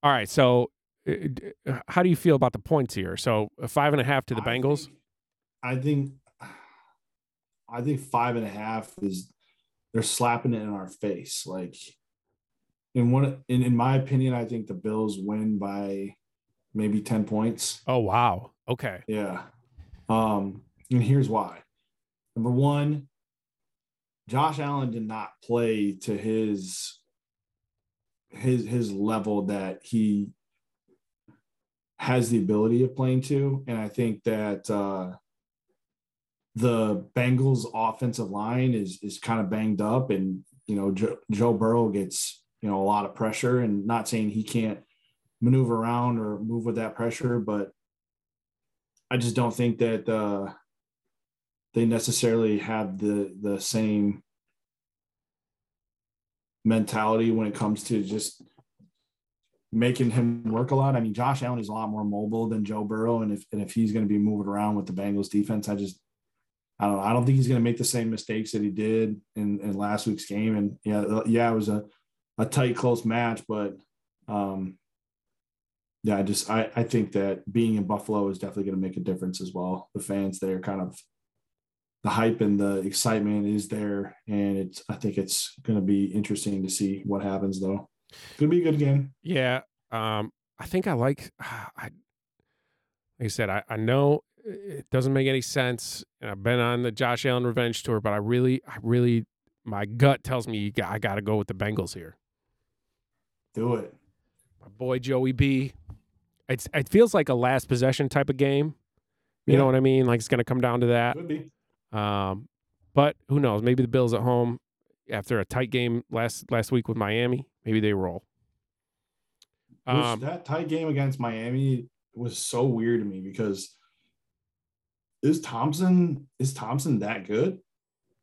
A: All right. So, uh, d- uh, how do you feel about the points here? So, a five and a half to the
B: I
A: Bengals.
B: think- I think I think five and a half is they're slapping it in our face. Like in one in, in my opinion, I think the Bills win by maybe 10 points.
A: Oh, wow. Okay.
B: Yeah. Um, and here's why. Number one, Josh Allen did not play to his his his level that he has the ability of playing to. And I think that uh the Bengals offensive line is is kind of banged up and you know Joe, Joe Burrow gets you know a lot of pressure and not saying he can't maneuver around or move with that pressure but I just don't think that uh, they necessarily have the the same mentality when it comes to just making him work a lot. I mean, Josh Allen is a lot more mobile than Joe Burrow, and if and if he's going to be moving around with the Bengals defense, I just I don't know. I don't think he's going to make the same mistakes that he did in, in last week's game. And yeah, uh, yeah, it was a a tight, close match, but um, yeah, I just I, I think that being in Buffalo is definitely going to make a difference as well. The fans there kind of the hype and the excitement is there, and it's I think it's going to be interesting to see what happens though. It's going to be a good game.
A: Yeah. Um, I think I like. ah, I like I said, I, I know it doesn't make any sense, and I've been on the Josh Allen revenge tour, but I really, I really, my gut tells me you got, I got to go with the Bengals here.
B: Do it.
A: My boy Joey B. It's it feels like a last possession type of game. You
B: Yeah.
A: know what I mean? Like it's going to come down to that.
B: Could be.
A: Um, but who knows? Maybe the Bills at home after a tight game last last week with Miami, maybe they roll.
B: Which,
A: Um,
B: that tight game against Miami was so weird to me because is Thompson is Thompson that good?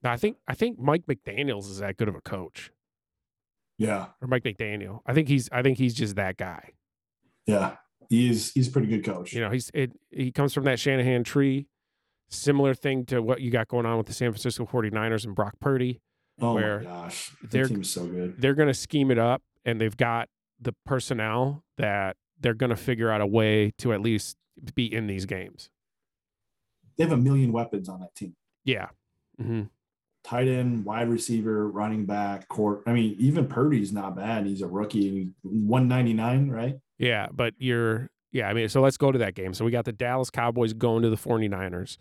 A: I think I think Mike McDaniel's is that good of a coach,
B: Yeah,
A: or Mike McDaniel. I think he's I think he's just that guy.
B: yeah. He is. He's a pretty good coach.
A: You know, he's it, he comes from that Shanahan tree. Similar thing to what you got going on with the San Francisco 49ers and Brock Purdy.
B: oh
A: where
B: my gosh,
A: they're-
B: their team's so good.
A: They're going to scheme it up and they've got the personnel that they're going to figure out a way to at least be in these games.
B: They have a million weapons on that team.
A: Yeah. Mm-hmm.
B: Tight end, wide receiver, running back, court. I mean, even Purdy's not bad. He's a rookie, 199, right?
A: Yeah, but you're yeah, I mean, so let's go to that game. So we got the Dallas Cowboys going to the 49ers.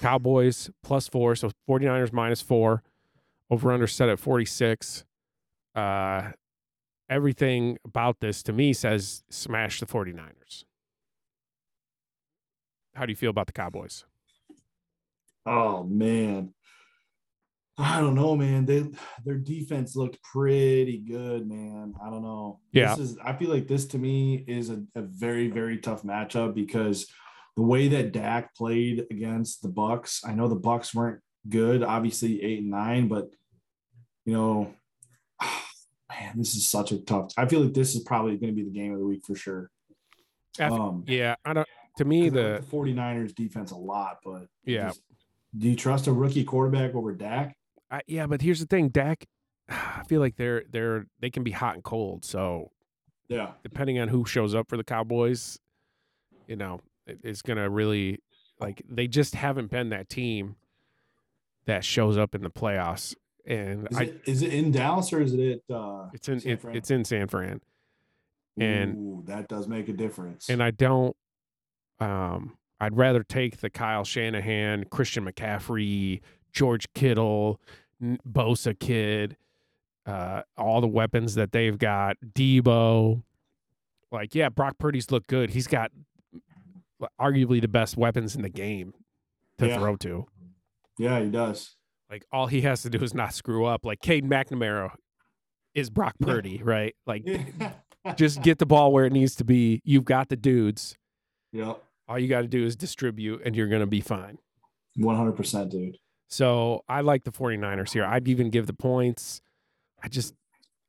A: Cowboys plus 4, so 49ers minus 4. Over under set at 46. Uh everything about this to me says smash the 49ers. How do you feel about the Cowboys?
B: Oh man. I don't know, man. They their defense looked pretty good, man. I don't know.
A: Yeah.
B: This is I feel like this to me is a, a very, very tough matchup because the way that Dak played against the Bucks, I know the Bucks weren't good, obviously eight and nine, but you know, (sighs) man, this is such a tough. I feel like this is probably going to be the game of the week for sure.
A: I th-
B: Um,
A: Yeah, I don't to me
B: I like
A: the
B: the 49ers defense a lot, but
A: yeah.
B: just- do you trust a rookie quarterback over Dak?
A: I, yeah, but here's the thing, Dak (sighs) I feel like they're they're they can be hot and cold. So
B: Yeah.
A: depending on who shows up for the Cowboys, you know, it, it's gonna really like they just haven't been that team that shows up in the playoffs. And
B: Is,
A: I,
B: it, is it in Dallas or is it at uh
A: it's in
B: San
A: it,
B: Fran?
A: it's in San Fran, and
B: ooh, that does make a difference.
A: and I don't. Um, I'd rather take the Kyle Shanahan, Christian McCaffrey, George Kittle, N- Bosa kid, uh, all the weapons that they've got. Debo, like yeah, Brock Purdy's looked good. He's got arguably the best weapons in the game to
B: Yeah.
A: throw to.
B: yeah, he does. (laughs)
A: Like all he has to do is not screw up. Like Cade McNamara is Brock
B: Yeah.
A: Purdy, right? Like (laughs) just get the ball where it needs to be. You've got the dudes.
B: Yep.
A: All you got to do is distribute and you're going to be fine.
B: 100%, dude.
A: So I like the 49ers here. I'd even give the points. I just,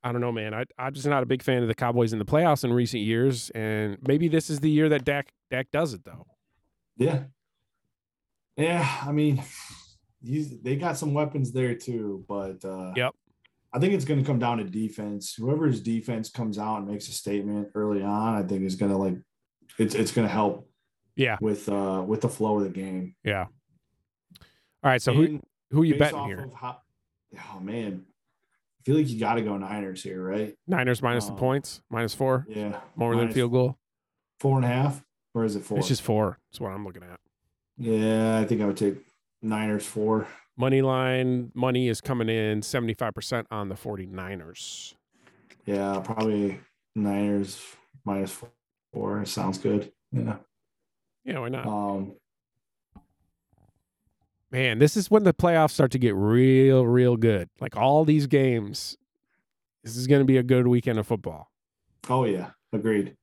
A: I don't know, man. I, I'm just not a big fan of the Cowboys in the playoffs in recent years. And maybe this is the year that Dak, Dak does it, though.
B: Yeah. Yeah, I mean, he's, they got some weapons there too, but uh,
A: Yep.
B: I think it's going to come down to defense. Whoever's defense comes out and makes a statement early on, I think is going to like it's it's going to help
A: Yeah.
B: with uh with the flow of the game.
A: Yeah. All right. So who,
B: And
A: who you
B: based
A: betting
B: off
A: here?
B: of how- oh man, I feel like you got to go Niners here, right?
A: Niners minus
B: um,
A: the points, minus four,
B: Yeah,
A: more than
B: minus
A: field goal.
B: four and a half, or is it four?
A: It's just four. That's what I'm looking at.
B: yeah, I think I would take Niners four.
A: Money line money is coming in 75% on the 49ers.
B: Yeah, probably Niners minus four. four. Sounds good. Yeah.
A: Yeah, why not?
B: Um.
A: Man, this is when the playoffs start to get real, real good. Like all these games, this is going to be a good weekend of football. (laughs)
B: Oh yeah, agreed.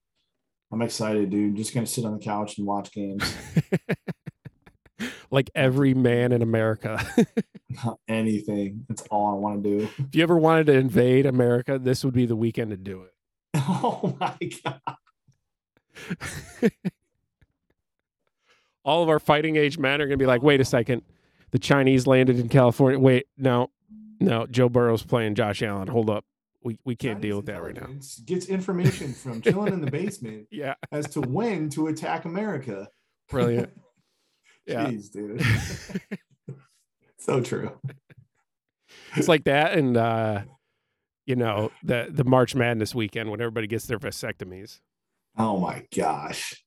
B: I'm excited, dude. Just gonna sit on the couch and watch games. (laughs)
A: like every man in America. (laughs)
B: Not anything. That's all I want to do. (laughs)
A: if you ever wanted to invade America, this would be the weekend to do it.
B: Oh my god.
A: All of our fighting age men are going to be like, wait a second. The Chinese landed in California. Wait, no, no. Joe Burrow's playing Josh Allen. Hold up. We, we can't deal with that right now.
B: Intelligence Gets information from chilling in the basement
A: Yeah. (laughs)
B: as to when to attack America.
A: Brilliant. Yeah.
B: Jeez, dude.
A: (laughs)
B: (laughs) so true.
A: it's like that and uh you know the the march madness weekend when everybody gets their vasectomies
B: Oh my gosh.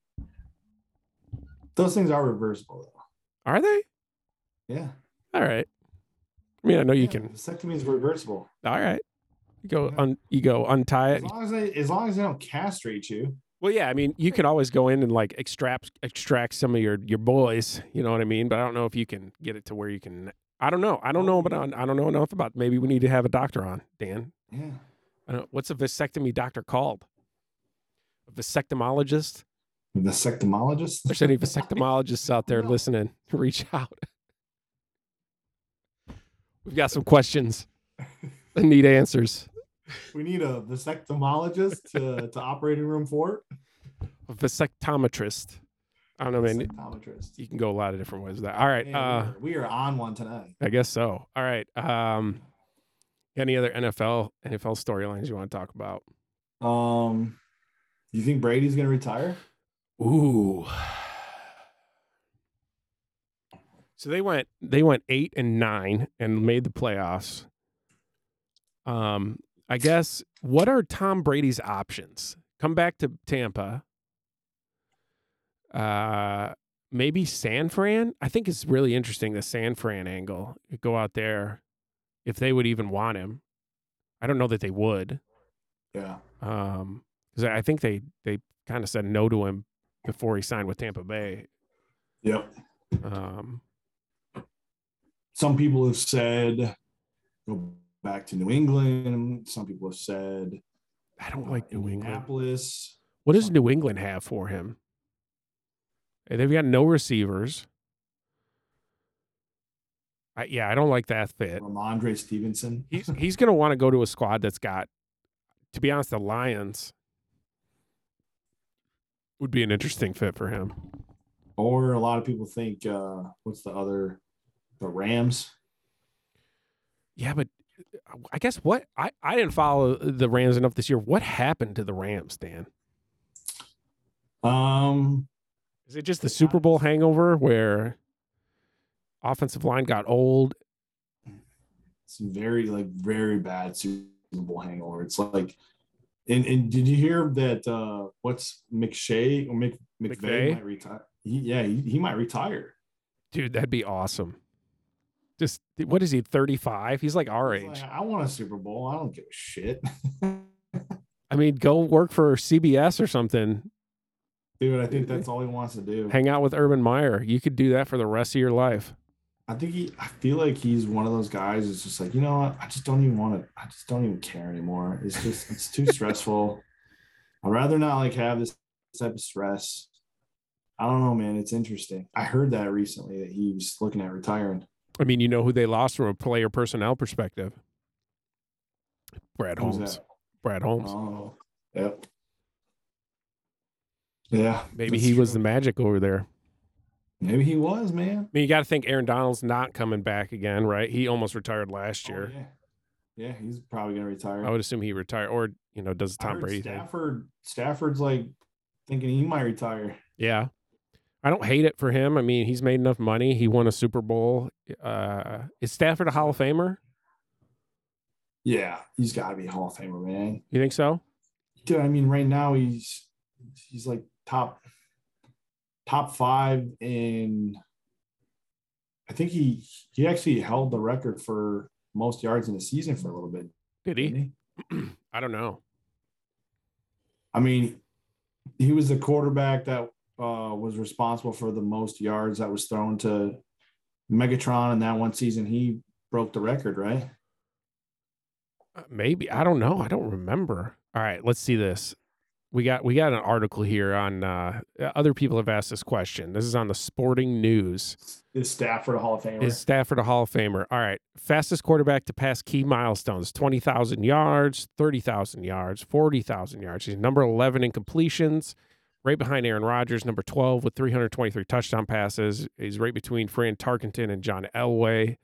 B: Those things are reversible
A: are they
B: though. Yeah.
A: all right i mean i know you
B: Yeah,
A: can
B: vasectomy is reversible.
A: all right you go
B: Yeah.
A: un, you go untie
B: As
A: it
B: long as they as long as they don't castrate you.
A: well yeah i mean you can always go in and like extract extract some of your your boys you know what i mean but i don't know if you can get it to where you can i don't know i don't know
B: Oh,
A: but
B: yeah.
A: i don't know enough about maybe we need to have a doctor on dan
B: Yeah.
A: I don't, what's a vasectomy doctor called a vasectomologist
B: Vasectomologist?
A: (laughs) there's any vasectomologists out there
B: No.
A: listening, (laughs) reach out. We've got some questions that need answers.
B: We need a vasectomologist to, to operating room four.
A: A vasectometrist. I don't know, man.
B: Vasectometrist.
A: You can go a lot of different ways with that. All right.
B: Man,
A: Uh,
B: we, are, we are on one tonight.
A: I guess so. All right. Um, any other NFL NFL storylines you want to talk about?
B: Um, You think Brady's going to retire?
A: Ooh. So they went they went eight and nine and made the playoffs. Um, I guess what are Tom Brady's options? Come back to Tampa. Uh maybe San Fran. I think it's really interesting the San Fran angle. Go out there if they would even want him. I don't know that they would.
B: Yeah.
A: Um, because I I think they they kind of said no to him before he signed with Tampa Bay.
B: Yep.
A: Um,
B: Some people have said go back to New England. Some people have said
A: I don't like New England.
B: Indianapolis.
A: What does New England have for him? Uh, They've got no receivers. I, yeah, I don't like that fit.
B: Ramondre Stevenson.
A: He's he's gonna want to go to a squad that's got, to be honest, the Lions would be an interesting fit for him.
B: or a lot of people think uh what's the other the Rams.
A: Yeah, but uh, I guess what I, I didn't follow the Rams enough this year. What happened to the Rams, Dan?
B: Um
A: Is it just the Super Bowl hangover where offensive line got old?
B: it's very like very bad Super Bowl hangover. It's like and, and did you hear that uh what's McShay or Mc, McVay,
A: McVay?
B: might retire? He, yeah, he, he might retire.
A: Dude, that'd be awesome. Just what is he, 35? He's like our
B: He's
A: age.
B: like, I want a Super Bowl. I don't give a shit. (laughs)
A: I mean, go work for CBS or something.
B: Dude, I think that's all he wants to do.
A: Hang out with Urban Meyer. You could do that for the rest of your life.
B: I think he I feel like he's one of those guys that's just like, you know what, I just don't even want to I just don't even care anymore. It's just
A: (laughs)
B: it's too stressful. I'd rather not like have this type of stress. I don't know, man. It's interesting. I heard that recently that he was looking at retiring.
A: I mean, you know who they lost from a player personnel perspective? Brad
B: Who's
A: Holmes.
B: that?
A: Brad Holmes.
B: Oh. Yep. Yeah.
A: Maybe
B: that's
A: he was the
B: true.
A: magic over there.
B: maybe he was, man.
A: I mean, you got to think Aaron Donald's not coming back again, right? He almost retired last
B: Oh,
A: year.
B: yeah. Yeah, he's probably gonna retire.
A: I would assume he retired, or you know, does the
B: I
A: Tom
B: heard
A: Brady thing?
B: Stafford Stafford's like thinking he might retire.
A: Yeah, I don't hate it for him. I mean, he's made enough money. He won a Super Bowl. Uh, is Stafford a Hall of Famer?
B: Yeah, he's got to be a Hall of Famer, man.
A: You think so?
B: Dude, I mean, right now he's he's like top top five in. I think he he actually held the record for most yards in a season for a little bit.
A: Did
B: Didn't
A: he?
B: he?
A: (clears throat) I don't know.
B: I mean, he was the quarterback that uh, was responsible for the most yards that was thrown to Megatron in that one season. He broke the record, right?
A: Uh, Maybe I don't know. I don't remember. All right, let's see this. We got we got an article here on uh, other people have asked this question. This is on the Sporting News.
B: Is Stafford a Hall of Famer?
A: Is Stafford a Hall of Famer? All right. Fastest quarterback to pass key milestones 20,000 yards, 30,000 yards, 40,000 yards. He's number 11 in completions, right behind Aaron Rodgers, number 12 with 323 touchdown passes. He's right between Fran Tarkenton and John Elway.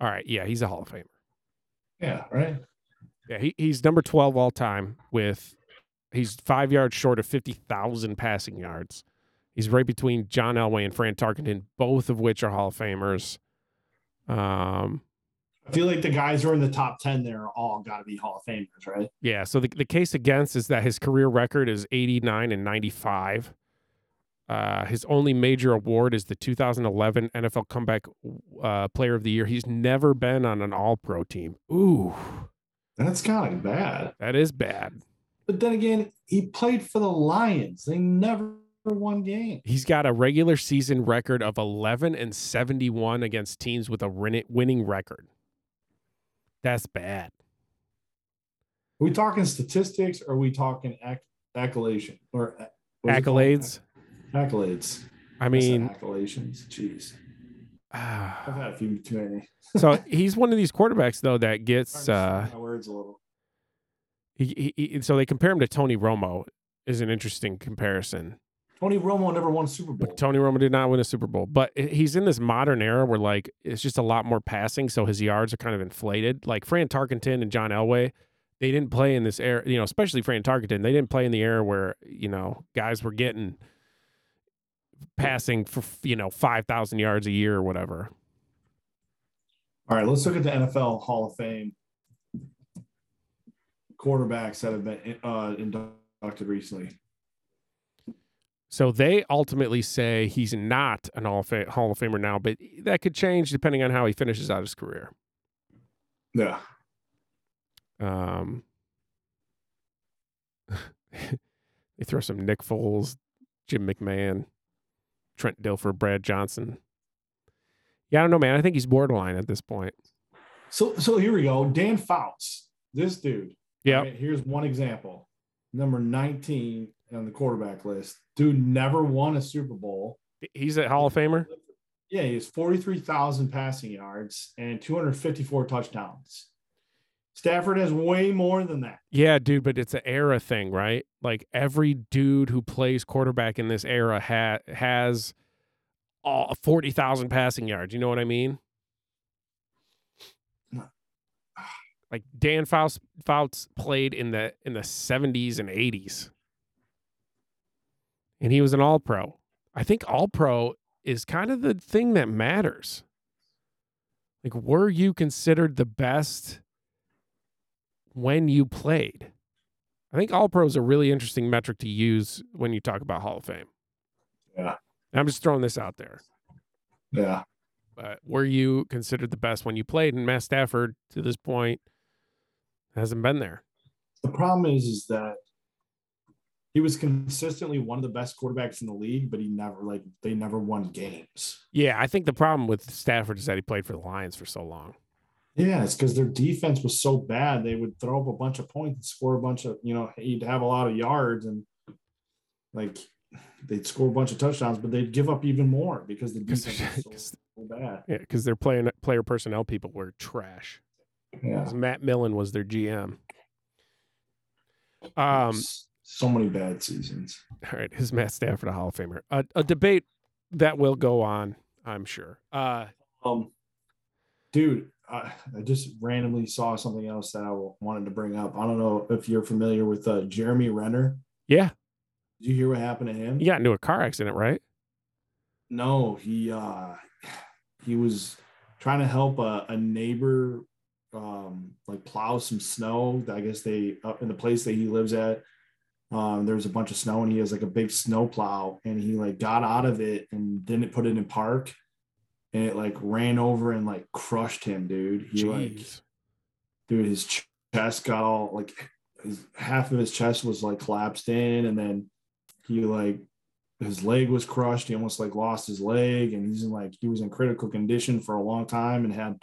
A: All right. Yeah, he's a Hall of Famer.
B: yeah, right.
A: Yeah, he, he's number 12 all time with he's five yards short of 50,000 passing yards. He's right between John Elway and Fran Tarkenton, both of which are Hall of Famers. Um,
B: I feel like the guys who are in the top 10 there are all got to be Hall of Famers, right?
A: yeah, so the, the case against is that his career record is 89 and 95. Uh, his only major award is the 2011 NFL Comeback uh, Player of the Year. He's never been on an All Pro team. Ooh,
B: That's kind of bad.
A: that is bad.
B: But then again, he played for the Lions. They never won games.
A: He's got a regular season record of 11 and 71 against teams with a win- winning record. That's bad.
B: Are we talking statistics or are we talking acc- accolation or a- what is it called?
A: Accolades.
B: Acc- Accolades.
A: I
B: I said
A: mean,
B: accollations. Jeez. I've
A: ah.
B: had a few too many.
A: (sighs) so he's one of these quarterbacks though that gets
B: Sorry,
A: uh,
B: my words a little.
A: he, he, he- so they compare him to Tony Romo is an interesting comparison.
B: Tony Romo never won a Super Bowl.
A: But Tony Romo did not win a Super Bowl, but i- he's in this modern era where like it's just a lot more passing, so his yards are kind of inflated. Like Fran Tarkenton and John Elway, they didn't play in this era, you know, especially Fran Tarkenton. They didn't play in the era where you know guys were getting passing for you know five thousand yards a year or whatever.
B: All right, let's look at the NFL Hall of Fame quarterbacks that have been uh, inducted recently.
A: So they ultimately say he's not an Hall of, Fam- Hall of Famer now, but that could change depending on how he finishes out his career.
B: Yeah.
A: Um, (laughs) they throw some Nick Foles, Jim McMahon, Trent Dilfer, Brad Johnson. Yeah, I don't know, man. I think he's borderline at this point.
B: So, so here we go. Dan Fouts, this dude.
A: Yeah.
B: All right, here's one example. Number 19 on the quarterback list. Dude never won a Super Bowl.
A: He's a Hall of Famer.
B: Yeah, he has 43,000 passing yards and 254 touchdowns. Stafford has way more than that.
A: Yeah, dude, but it's an era thing, right? Like every dude who plays quarterback in this era ha- has all 40,000 passing yards. You know what I mean? Like Dan Fouts, Fouts played in the in the 70s and 80s. And he was an all-pro. I think all-pro is kind of the thing that matters. Like were you considered the best when you played. I think All Pro is a really interesting metric to use when you talk about Hall of Fame.
B: Yeah.
A: I'm just throwing this out there.
B: Yeah.
A: But were you considered the best when you played? And Matt Stafford to this point hasn't been there.
B: The problem is, is that he was consistently one of the best quarterbacks in the league, but he never like they never won games.
A: Yeah, I think the problem with Stafford is that he played for the Lions for so long.
B: Yeah, it's because their defense was so bad they would throw up a bunch of points and score a bunch of you know he'd have a lot of yards and like they'd score a bunch of touchdowns, but they'd give up even more because the
A: (laughs) 'Cause-
B: defense was
A: 'cause-
B: so, so bad.
A: Yeah, because their player player personnel people were trash.
B: Yeah,
A: 'Cause Matt Millen was their GM. Um,
B: S- so many bad seasons.
A: All right, is Matt Stafford a Hall of Famer? A, a debate that will go on, I'm sure. Uh,
B: Um, dude, I, I just randomly saw something else that I wanted to bring up. I don't know if you're familiar with uh, Jeremy Renner.
A: yeah,
B: Did you hear what happened to him?
A: he got into a car accident, right?
B: No, he uh he was trying to help a, a neighbor um like plow some snow. I guess they up in the place that he lives at. Um there was a bunch of snow and he has like a big snow plow and he like got out of it and didn't put it in park and it like ran over and like crushed him, dude. He like
A: Jeez.
B: dude, his ch- chest got all like his, half of his chest was like collapsed in, and then he like his leg was crushed. He almost like lost his leg, and he's in like he was in critical condition for a long time and had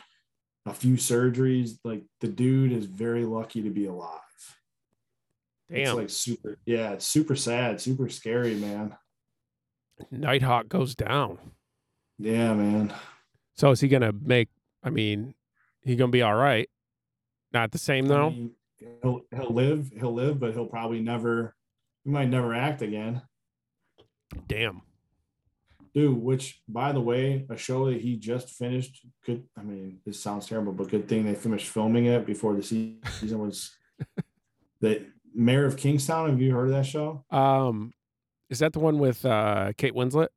B: a few surgeries. Like the dude is very lucky to be alive. It's
A: Damn.
B: like super, yeah, it's super sad, super scary, man.
A: Nighthawk goes down.
B: Yeah, man.
A: So is he gonna make? I mean, he gonna be all right? Not the same
B: I
A: though.
B: mean, he'll he'll live, he'll live, but he'll probably never, he might never act again.
A: Damn.
B: Dude, which by the way, a show that he just finished. Good, I mean, this sounds terrible, but good thing they finished filming it before the se- season was. the Mayor of Kingstown. Have you heard of that show?
A: Um, is that the one with uh Kate Winslet?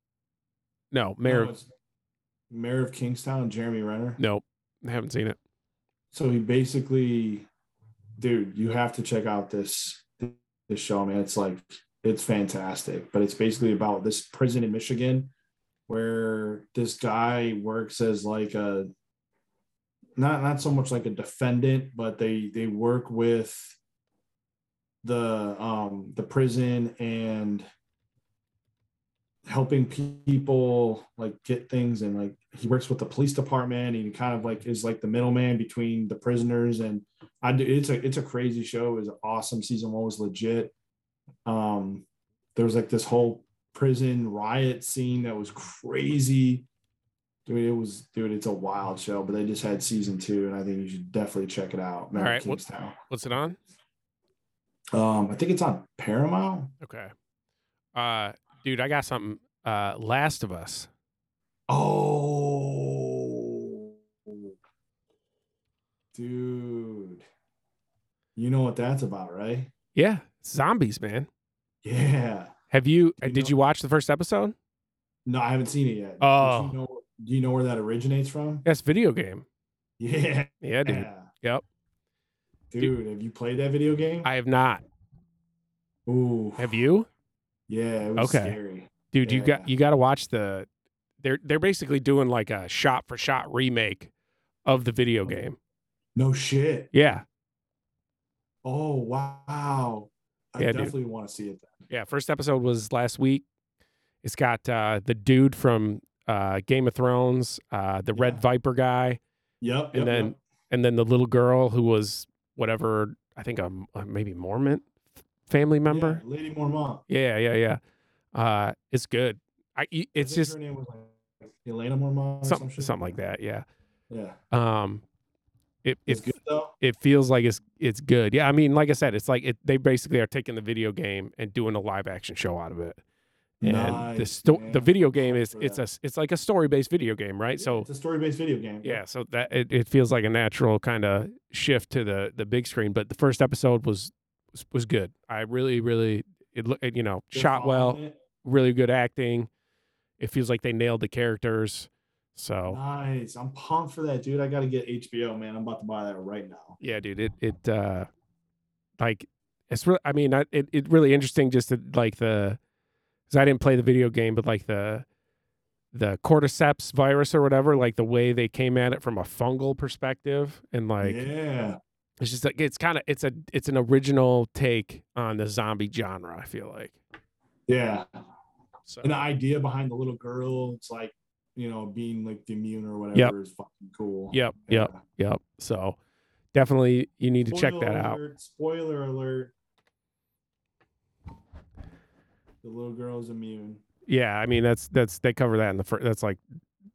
A: No, Mayor.
B: No, it's Mayor of Kingstown, Jeremy Renner.
A: No, I haven't seen it.
B: So he basically, dude, you have to check out this this show, man. It's like it's fantastic, but it's basically about this prison in Michigan where this guy works as like a not not so much like a defendant, but they they work with the um the prison and helping people like get things and like he works with the police department and he kind of like is like the middleman between the prisoners and I do it's a it's a crazy show. It was awesome. Season one was legit. Um there was like this whole prison riot scene that was crazy. Dude, it was dude, it's a wild show, but they just had season two, and I think you should definitely check it out. Mayor of
A: All right, what-
B: Kingstown.
A: What's it on?
B: Um, I think it's on Paramount.
A: Okay. Uh, dude, I got something. Uh, Last of Us.
B: Oh, dude, You know what that's about, right?
A: Yeah, zombies, man.
B: Yeah.
A: Have you?
B: Do you
A: did
B: know-
A: you watch the first episode?
B: No, I haven't seen it yet. But
A: Oh.
B: you know, do you know where that originates from?
A: Yes, video game.
B: Yeah.
A: Yeah, dude. Yep.
B: Dude, have you played that video game?
A: I have not.
B: Ooh.
A: Have you?
B: Yeah, it was
A: Okay.
B: scary.
A: Dude, you
B: Yeah.
A: got you got to watch the. They're they're basically doing like a shot for shot remake of the video game.
B: No shit.
A: Yeah,
B: Oh wow. I
A: Yeah, dude.
B: definitely want to see it.
A: yeah. First episode was last week. It's got uh, the dude from uh, Game of Thrones, uh, the Red
B: Yeah.
A: Viper guy,
B: Yep. yep
A: and then
B: yep.
A: and then the little girl who was whatever I think a, a maybe Mormon family
B: Yeah,
A: member.
B: Lady Mormont.
A: Yeah, yeah, yeah. Uh, it's good. I y-
B: I
A: it's
B: think
A: just
B: her name was like Elena Mormont. or some
A: something
B: shit.
A: something like that. Yeah.
B: Yeah.
A: Um, it
B: It's
A: it,
B: good though.
A: it feels like it's it's good. Yeah, I mean, like I said, it's like it, they basically are taking the video game and doing a live action show out of it. And the
B: Nice,
A: sto- the
B: man.
A: video
B: I'm
A: game
B: pumped
A: is
B: for
A: it's a
B: that.
A: s- it's like a story based video game, right? So
B: it's a story based video game.
A: yeah, so that it, it feels like a natural kind of shift to the the big screen. But the first episode was was, was good. I really really it looked you know
B: They're
A: shot well,
B: following it.
A: really good acting. It feels like they nailed the characters. So
B: Nice. I'm pumped for that, dude. I gotta get HBO, man. I'm about to buy that right now.
A: yeah, dude, it it uh like it's really I mean, I, it it really interesting just to, like the cuz I didn't play the video game but like the the cordyceps virus or whatever, like the way they came at it from a fungal perspective and like
B: yeah.
A: it's just like it's kind of it's a it's an original take on the zombie genre, I feel like.
B: Yeah.
A: So
B: And the idea behind the little girl, it's like, you know, being like the immune or whatever is fucking cool.
A: Yep, yep, yep. So definitely you need to check that out.
B: alert, Spoiler alert. The little girl's immune.
A: Yeah, I mean that's that's they cover that in the first that's like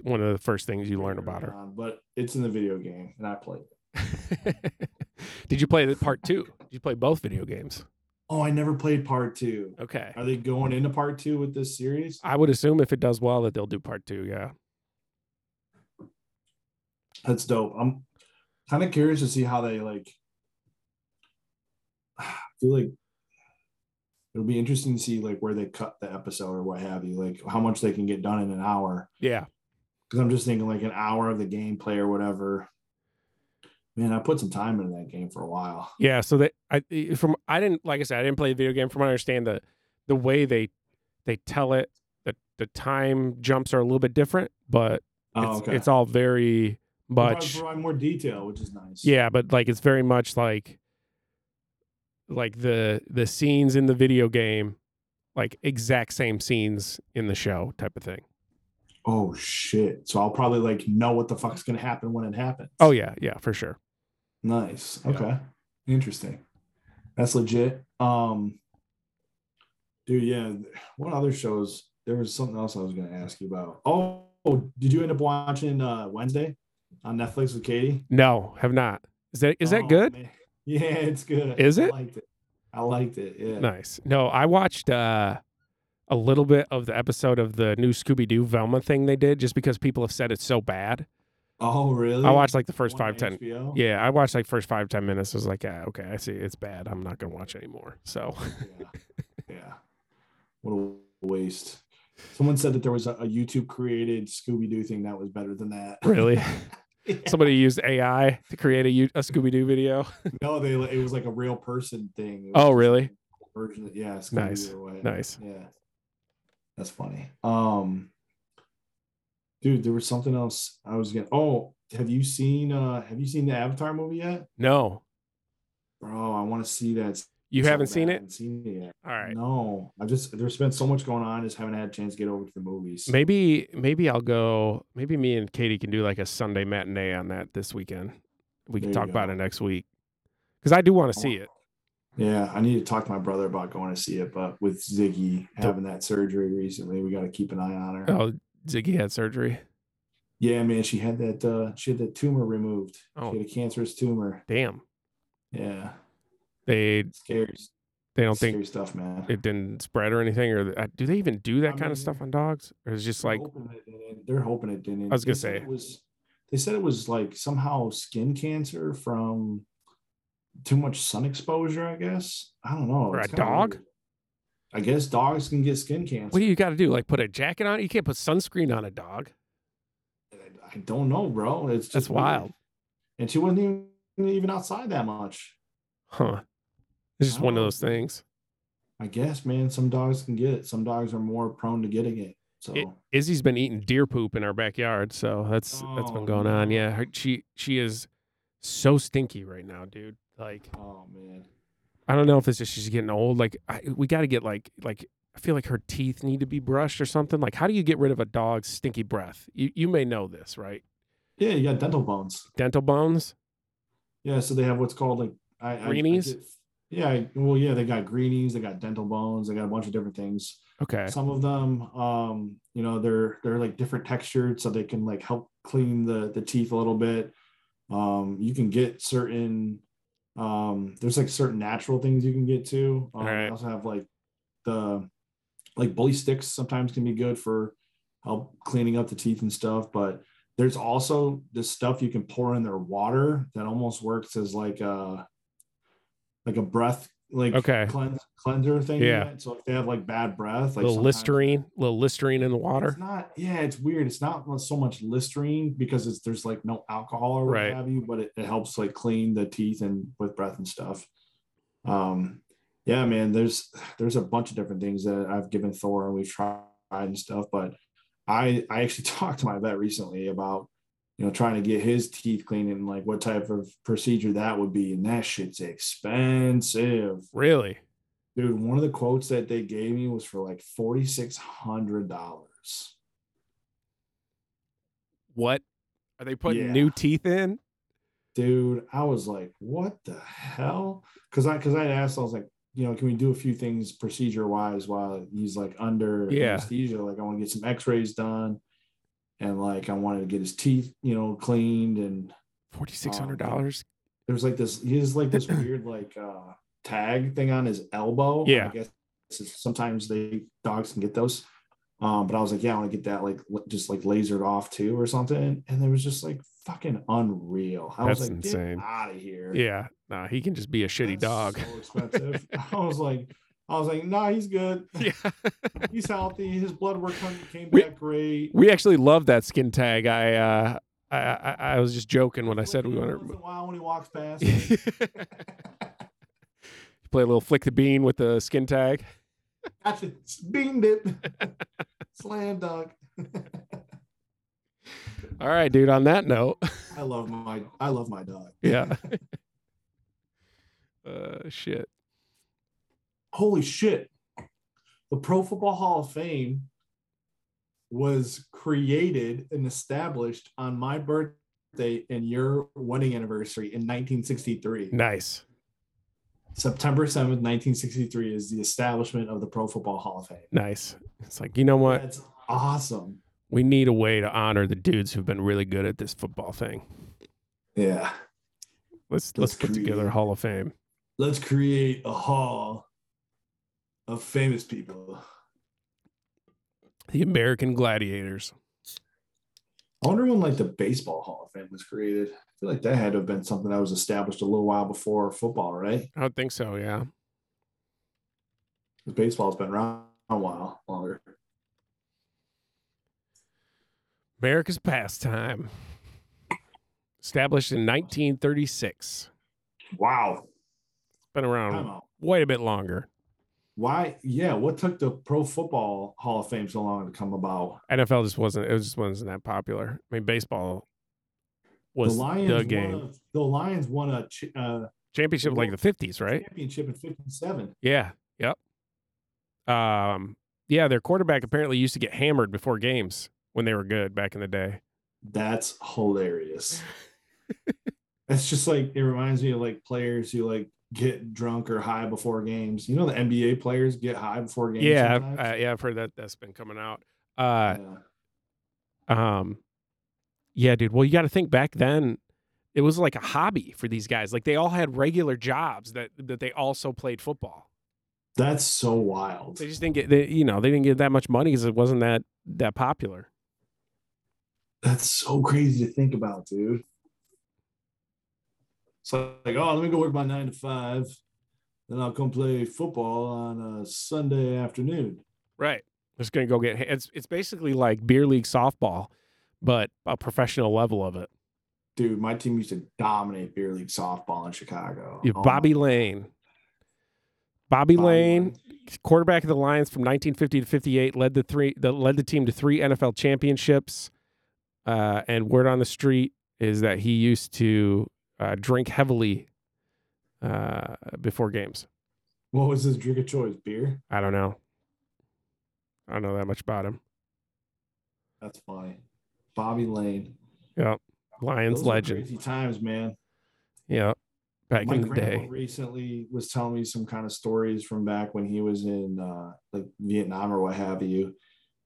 A: one of the first things you learn about her.
B: Um, But it's in the video game and I played it.
A: (laughs) Did you play the part two? Did you play both video games?
B: Oh, I never played part two.
A: Okay.
B: Are they going into part two with this series?
A: I would assume if it does well that they'll do part two. Yeah.
B: That's dope. I'm kind of curious to see how they like. (sighs) I feel like it'll be interesting to see like where they cut the episode or what have you, like how much they can get done in an hour.
A: Yeah.
B: Because I'm just thinking like an hour of the gameplay or whatever. Man, I put some time into that game for a while.
A: Yeah. So that I from I didn't like I said, I didn't play the video game. From what I understand, the the way they they tell it, the the time jumps are a little bit different, but
B: Oh,
A: it's
B: okay.
A: it's all very
B: Provide-
A: much
B: provide more detail, which is nice.
A: Yeah, but like it's very much like like the the scenes in the video game, like exact same scenes in the show type of thing.
B: Oh shit. So I'll probably like know what the fuck's gonna happen when it happens.
A: Oh yeah, yeah, for sure.
B: Nice.
A: Yeah.
B: Okay. Interesting. That's legit. Um dude, yeah. What other shows? There was something else I was gonna ask you about. Oh, did you end up watching uh Wednesday on Netflix with Katie?
A: No, have not. Is that is that
B: Oh,
A: good?
B: man. Yeah, it's good.
A: Is
B: I
A: it?
B: liked it. I liked it. Yeah.
A: Nice. No, I watched uh a little bit of the episode of the new Scooby Doo Velma thing they did just because people have said it's so bad.
B: Oh, really?
A: I watched like the first
B: One on
A: five, ten.
B: HBO?
A: Yeah, I watched like first five, ten minutes. I was like, yeah, okay, I see it's bad. I'm not gonna watch anymore. So (laughs)
B: yeah. Yeah. What a waste. Someone said that there was a, a YouTube created Scooby Doo thing that was better than that. (laughs)
A: really
B: Yeah.
A: somebody used AI to create a, U- a Scooby Doo video.
B: No, they it was like a real person thing. It was
A: Oh
B: just
A: really?
B: a Version of, yeah, it's
A: Nice.
B: Nice.
A: Nice.
B: Yeah, that's funny. Um, dude, there was something else I was gonna. Oh, have you seen? uh Have you seen the Avatar movie yet,
A: No.
B: bro? I want to see that.
A: You
B: so
A: haven't seen
B: bad. I
A: it?
B: haven't seen it yet.
A: All right.
B: No, I just there's been so much going on. I just haven't had a chance to get over to the movies.
A: Maybe maybe I'll go. Maybe me and Katie can do like a Sunday matinee on that this weekend. We
B: There
A: can
B: you
A: talk about
B: go.
A: it next week because I do want to see it.
B: Yeah, I need to talk to my brother about going to see it, but with Ziggy having that surgery recently, we got to keep an eye on her.
A: Oh, Ziggy had surgery.
B: Yeah, man, she had that uh she had that tumor removed.
A: Oh.
B: She had a cancerous tumor.
A: Damn.
B: Yeah.
A: They
B: Scary,
A: they don't think
B: scary stuff, man.
A: it didn't spread or anything or th- uh, do they even do that kind
B: mean,
A: of stuff on dogs or is it just
B: They're
A: like
B: hoping it didn't. they're hoping it didn't.
A: I was gonna
B: They said
A: say.
B: it was they said it was like somehow skin cancer from too much sun exposure, I guess. I don't know.
A: For a
B: It's kinda
A: dog?
B: weird. I guess dogs can get skin cancer.
A: What do you got to do? Like put a jacket on? You can't put sunscreen on a dog.
B: I don't know, bro. It's
A: That's
B: just weird.
A: wild,
B: And she wasn't even even outside that much.
A: huh? It's just one of
B: Oh.
A: those things.
B: I guess, man. Some dogs can get it. Some dogs are more prone to getting it. So
A: It- Izzy's been eating deer poop in our backyard, so that's that's been
B: Oh,
A: going on.
B: no.
A: Yeah, her, she she is so stinky right now, dude. Like
B: oh man.
A: I don't know if it's just she's getting old. Like I, we got to get like like I feel like her teeth need to be brushed or something. Like how do you get rid of a dog's stinky breath? You you may know this, right?
B: Yeah, you got dental bones.
A: Dental bones.
B: Yeah, so they have what's called like I, I- I
A: Greenies?
B: get- yeah, I- well, yeah, they got greenies, they got dental bones, they got a bunch of different things.
A: Okay.
B: Some of them, um, you know, they're they're like different textured, so they can like help clean the the teeth a little bit. Um, you can get certain, um, there's like certain natural things you can get too. Um,
A: Alright.
B: They also have like the like bully sticks sometimes can be good for help cleaning up the teeth and stuff, but there's also this stuff you can pour in their water that almost works as like a like a breath like
A: Okay.
B: cleanse, cleanser thing.
A: Yeah.
B: in it. So if they have like bad breath, like
A: little
B: sometimes-
A: Listerine, little Listerine in the water.
B: It's not yeah, it's weird. It's not so much Listerine because it's there's like no alcohol or what
A: Right.
B: have you, but it, it helps like clean the teeth and with breath and stuff. Um yeah, man, there's there's a bunch of different things that I've given Thor and we've tried and stuff, but I I actually (laughs) talked to my vet recently about you know trying to get his teeth cleaned and like what type of procedure that would be, and that shit's expensive,
A: Really?
B: dude. One of the quotes that they gave me was for like forty six hundred dollars.
A: What? Are they putting
B: Yeah.
A: new teeth in?
B: dude i was like what the hell because i because i asked i was like you know can we do a few things procedure wise while he's like under
A: Yeah.
B: anesthesia like i want to get some x-rays done and like i wanted to get his teeth you know cleaned and
A: Forty six hundred dollars.
B: there was like this he has
A: (clears throat)
B: like this weird like uh tag thing on his elbow
A: Yeah.
B: i guess it's- sometimes they dogs can get those um but i was like yeah i want to get that like l- just like lasered off too or something and it was just like fucking unreal i was
A: That's
B: like
A: insane.
B: get out of here
A: Yeah. Nah, he can just be a shitty
B: That's (laughs)
A: dog.
B: so expensive i was like i was like nah he's good
A: yeah.
B: he's healthy his blood work come- came
A: We-
B: back great
A: We actually love that skin tag. I uh I I, I was just joking when I said we
B: Once
A: want (laughs)
B: in a
A: to
B: while when he
A: (laughs)
B: walks past
A: play a little flick the bean with the skin tag.
B: i just beamed it (laughs) slam dunk
A: All right, dude. On that note, (laughs)
B: I love my I love my dog.
A: yeah. (laughs) uh, shit.
B: Holy shit. The Pro Football Hall of Fame was created and established on my birthday and your wedding anniversary in 1963.
A: Nice.
B: September 7th, 1963 is the establishment of the Pro Football Hall of Fame.
A: Nice. It's like you know what?
B: That's awesome.
A: We need a way to honor the dudes who've been really good at this football thing.
B: Yeah.
A: Let's let's,
B: Let's
A: put together a
B: create-
A: Hall of Fame.
B: Let's create a hall of famous people.
A: The American Gladiators.
B: I wonder when like the baseball Hall of Fame was created. I feel like that had to have been something that was established a little while before football, right?
A: I don't think so. Yeah.
B: 'Cause Baseball's been around a while longer.
A: America's pastime. Established in 1936.
B: Wow.
A: Been
B: Time
A: around
B: out.
A: quite a bit longer.
B: Why? Yeah. What took the Pro Football Hall of Fame so long to come about?
A: NFL just wasn't. It was just wasn't that popular. I mean, baseball was
B: the
A: the,
B: Lions
A: game
B: Won a, the Lions won a ch- uh,
A: championship like the 50s, right?
B: championship in '57.
A: Yeah. Yep. Um. Yeah, their quarterback apparently used to get hammered before games when they were good back in the day.
B: That's hilarious. That's just like it reminds me of like players who like get drunk or high before games. You know, the NBA players get high before games.
A: Yeah, uh,
B: sometimes?
A: I, yeah, I've heard that that's been coming out. Uh,
B: Yeah.
A: Um, yeah, dude. Well, you got to think back then. It was like a hobby for these guys. Like they all had regular jobs that that they also played football.
B: That's so wild.
A: They just didn't get, they, you know, they didn't get that much money because it wasn't that that popular.
B: That's so crazy to think about, dude. It's like, oh, let me go work my nine to five, then I'll come play football on a Sunday afternoon.
A: Right. Just gonna go get it's it's basically like beer league softball, but a professional level of it.
B: Dude, my team used to dominate beer league softball in Chicago.
A: You
B: Oh my
A: Bobby
B: God.
A: Lane. Bobby,
B: Bobby
A: Lane, quarterback of the Lions from 1950 to 58, led the three the, led the team to three NFL championships. Uh, and word on the street is that he used to uh, drink heavily uh, before games.
B: What was his drink of choice? Beer.
A: I don't know. I don't know that much about him.
B: That's funny. Bobby Lane.
A: Lions
B: Those were
A: legend.
B: Crazy times, man.
A: Yeah. Back
B: My
A: in the
B: grandpa
A: day.
B: recently was telling me some kind of stories from back when he was in uh, like Vietnam or what have you,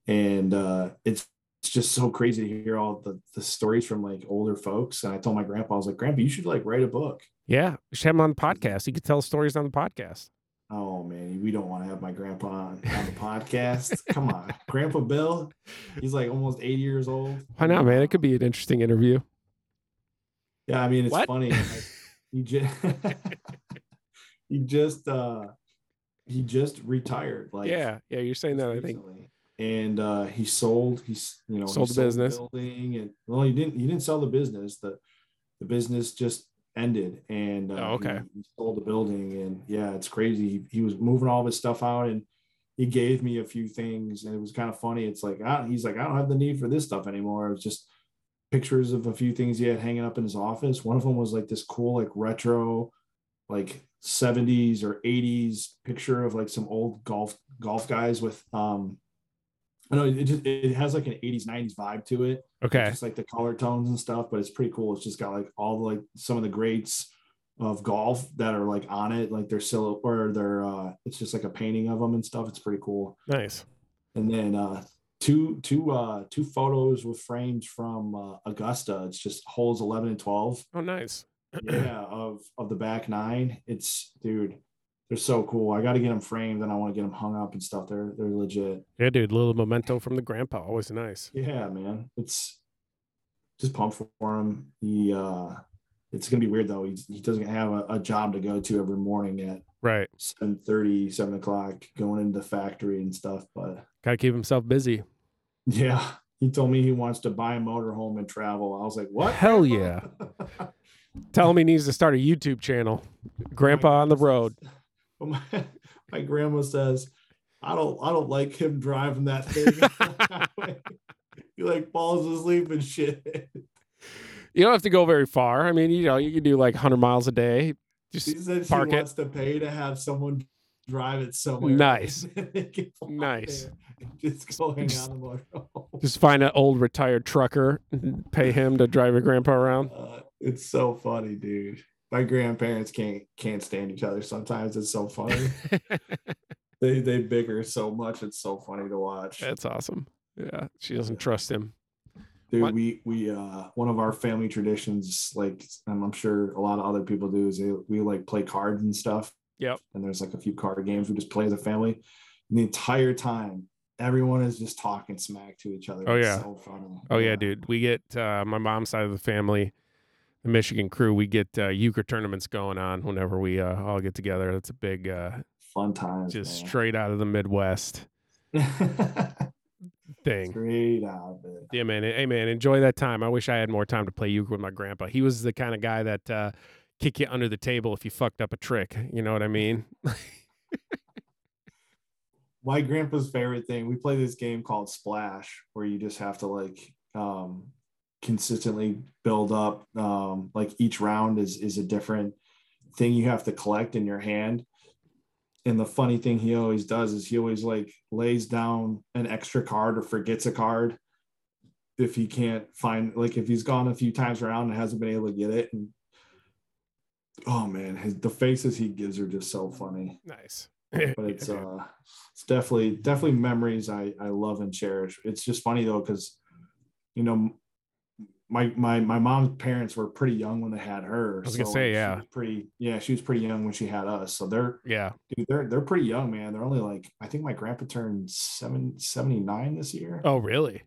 B: and uh, it's it's just so crazy to hear all the, the stories from like older folks. And I told my grandpa, I was like, Grandpa, you should like write a book.
A: Yeah. We should have him on the podcast. He could tell stories on the podcast.
B: Oh man, we don't want to have my grandpa
A: (laughs)
B: on, on the podcast. Come on, Grandpa Bill, he's like almost 80 years old.
A: Why not, man? It could be an interesting interview.
B: Yeah, I mean it's
A: What?
B: funny. like, he just (laughs) he just uh he just retired. Like
A: yeah. Yeah. You're saying
B: just
A: that, I think.
B: recently. And uh he sold. He's you know he
A: Sold the business.
B: building and well he didn't he didn't sell the business. The the business just ended and uh,
A: Oh, okay.
B: he, he sold the building and yeah it's crazy. He, he was moving all of his stuff out and he gave me a few things and it was kind of funny. It's like ah, he's like I don't have the need for this stuff anymore. It was just pictures of a few things he had hanging up in his office. One of them was like this cool, like retro, like 70s or 80s picture of like some old golf golf guys with um I know it just it has like an 80s, 90s vibe to it.
A: Okay.
B: Just like the color tones and stuff, but it's pretty cool. It's just got like all like some of the greats of golf that are like on it, like their silhouette or their uh it's just like a painting of them and stuff. It's pretty cool
A: Nice.
B: and then uh two two uh two photos with frames from uh, augusta it's just holes 11 and 12
A: Oh, nice.
B: yeah of of the back nine it's dude they're so cool i got to get them framed and i want to get them hung up and stuff they're they're legit
A: Yeah, dude. Little memento from the grandpa. Always nice.
B: yeah man it's just pumped for him he uh it's gonna be weird though he, he doesn't have a, a job to go to every morning at
A: Right.
B: 7 30 7 o'clock going into the factory and stuff but (laughs)
A: Got to keep himself busy.
B: Yeah. He told me he wants to buy a motorhome and travel. I was like, what?
A: Hell
B: (laughs)
A: yeah. Tell him he needs to start a YouTube channel. Grandpa on the road.
B: (laughs) my, my grandma says, I don't I don't like him driving that thing. (laughs)
A: (laughs)
B: he like falls asleep and shit.
A: You don't have to go very far. I mean, you know, you can do like 100 miles a day. Just
B: She said she
A: Park it.
B: wants to pay to have someone drive it somewhere.
A: Nice.
B: (laughs) They can fly
A: Nice.
B: there and
A: (laughs)
B: Just go hang
A: Just-
B: out on the motorhome.
A: just find an old retired trucker, and pay him to drive your grandpa around.
B: Uh, it's so funny, dude. My grandparents can't can't stand each other sometimes. It's so funny.
A: (laughs)
B: they they bicker so much. It's so funny to watch.
A: That's awesome. Yeah, she doesn't trust him.
B: Dude,
A: What-
B: we we uh one of our family traditions, like and I'm sure a lot of other people do, is they, we like play cards and stuff.
A: Yep.
B: And there's like a few card games we just play as a family. And the entire time, everyone is just talking smack to each other.
A: Oh,
B: It's
A: yeah.
B: so funny.
A: Oh yeah, dude. We get uh, my mom's side of the family, the Michigan crew. We get uh, euchre tournaments going on whenever we uh, all get together. That's a big, uh,
B: Fun times.
A: just
B: man.
A: straight out of the Midwest thing.
B: (laughs) straight out of it.
A: Yeah, man. Hey, man. Enjoy that time. I wish I had more time to play euchre with my grandpa. He was the kind of guy that uh, kick you under the table if you fucked up a trick. You know what I mean?
B: my grandpa's favorite thing we play this game called splash where you just have to like um consistently build up um like each round is is a different thing you have to collect in your hand and the funny thing he always does is he always like lays down an extra card or forgets a card if he can't find like if he's gone a few times around and hasn't been able to get it and oh man his, the faces he gives are just so funny
A: nice.
B: but it's
A: Yeah.
B: uh it's definitely definitely memories i i love and cherish it's just funny though because you know my my my mom's parents were pretty young when they had her
A: I was gonna
B: so
A: say,
B: she
A: yeah.
B: was pretty yeah she was pretty young when she had us so they're
A: yeah.
B: dude, they're they're pretty young man they're only like i think my grandpa turned seven, 79 this year
A: Oh, really?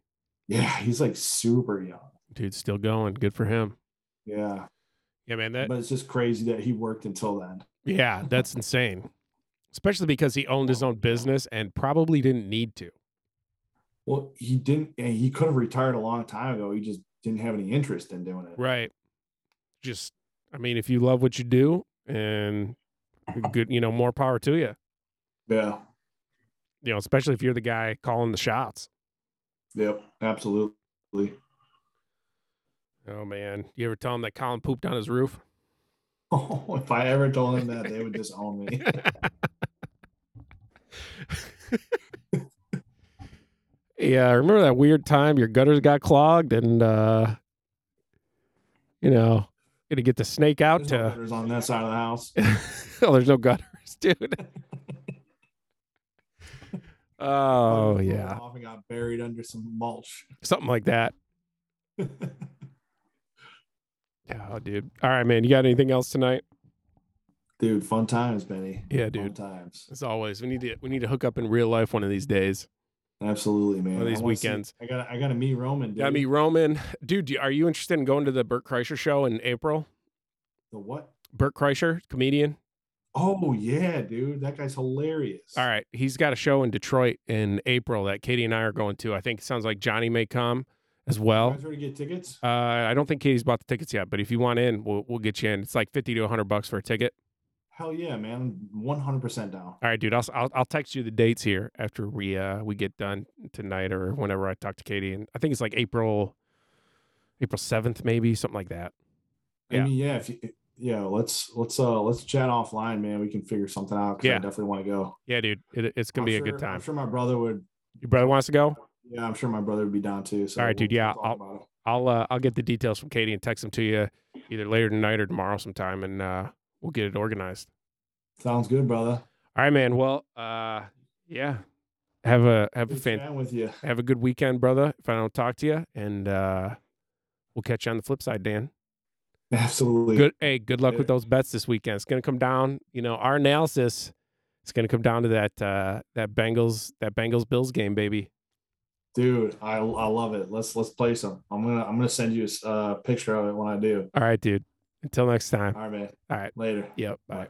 B: yeah he's like super young
A: Dude's still going. Good for him.
B: yeah
A: Yeah, man. That
B: but it's just crazy that he worked until then.
A: yeah, that's insane. Especially because he owned his own business and probably didn't need to.
B: Well, he didn't. and He could have retired a long time ago. He just didn't have any interest in doing it.
A: Right. Just, I mean, if you love what you do and good, you know, more power to you.
B: Yeah.
A: You know, especially if you're the guy calling the shots.
B: Yep. Absolutely.
A: Oh man, you ever tell him that Colin pooped on his roof?
B: (laughs) Oh, if I ever told him that, they would just own me.
A: Yeah, I remember that weird time your gutters got clogged and uh you know, gonna get the snake (laughs) out
B: There's no
A: to
B: gutters on that side of the house.
A: (laughs) Oh, there's no gutters, (laughs) dude. oh
B: Pulled
A: yeah.
B: off and got buried under some mulch. (laughs)
A: Something like that. Yeah, oh, dude. All right, man. You got anything else tonight?
B: dude, fun times, Benny.
A: Yeah,
B: Fun
A: dude.
B: times.
A: As always, we need to we need to hook up in real life one of these days.
B: Absolutely, man.
A: One of these
B: I wanna see-
A: weekends.
B: I got I got to meet Roman. Dude.
A: I mean, Roman, dude, do- are you interested in going to the Burt Kreischer show in April?
B: the what?
A: Burt Kreischer, comedian.
B: Oh yeah, dude, that guy's hilarious.
A: All right, he's got a show in Detroit in April that Katie and I are going to. I think it sounds like Johnny may come as
B: You
A: well.
B: guys ready to get tickets?
A: Uh, I don't think Katie's bought the tickets yet, but if you want in, we'll we'll get you in. It's like fifty to hundred bucks for a ticket.
B: Hell yeah, man. One hundred percent down.
A: All right, dude. I'll, s- I'll I'll text you the dates here after we uh we get done tonight or whenever I talk to Katie. And I think it's like April, April seventh, maybe something like that. Yeah.
B: I mean, yeah, if you, yeah, let's let's uh let's chat offline, man. We can figure something out. 'cause
A: Yeah.
B: I definitely want to go.
A: Yeah, dude. It, it's gonna
B: I'm
A: be a
B: sure-
A: good time.
B: I'm sure my brother would.
A: Your brother wants to go.
B: Yeah, I'm sure my brother would be down too. So
A: All right, dude,
B: we'll
A: yeah,
B: talk
A: I'll-
B: about it.
A: I'll uh, I'll get the details from Katie and text them to you either later tonight or tomorrow sometime, and uh, we'll get it organized.
B: Sounds good, brother.
A: All right, man. Well, uh, yeah. Have a have a
B: Good
A: fan-
B: chatting with you. (laughs)
A: have a good weekend, brother. If I don't talk to you, and uh, we'll catch you on the flip side, Dan.
B: Absolutely.
A: Good. Hey, good luck with
B: Later.
A: those bets this weekend. It's gonna come down. You know, our analysis. It's gonna come down to that uh, that Bengals that Bengals Bills game, baby.
B: dude. I I love it. Let's let's play some. I'm gonna I'm gonna send you a uh, picture of it when I do.
A: All right, dude. Until next time.
B: All right, man.
A: All right.
B: Later.
A: Yep. Bye.
B: Bye.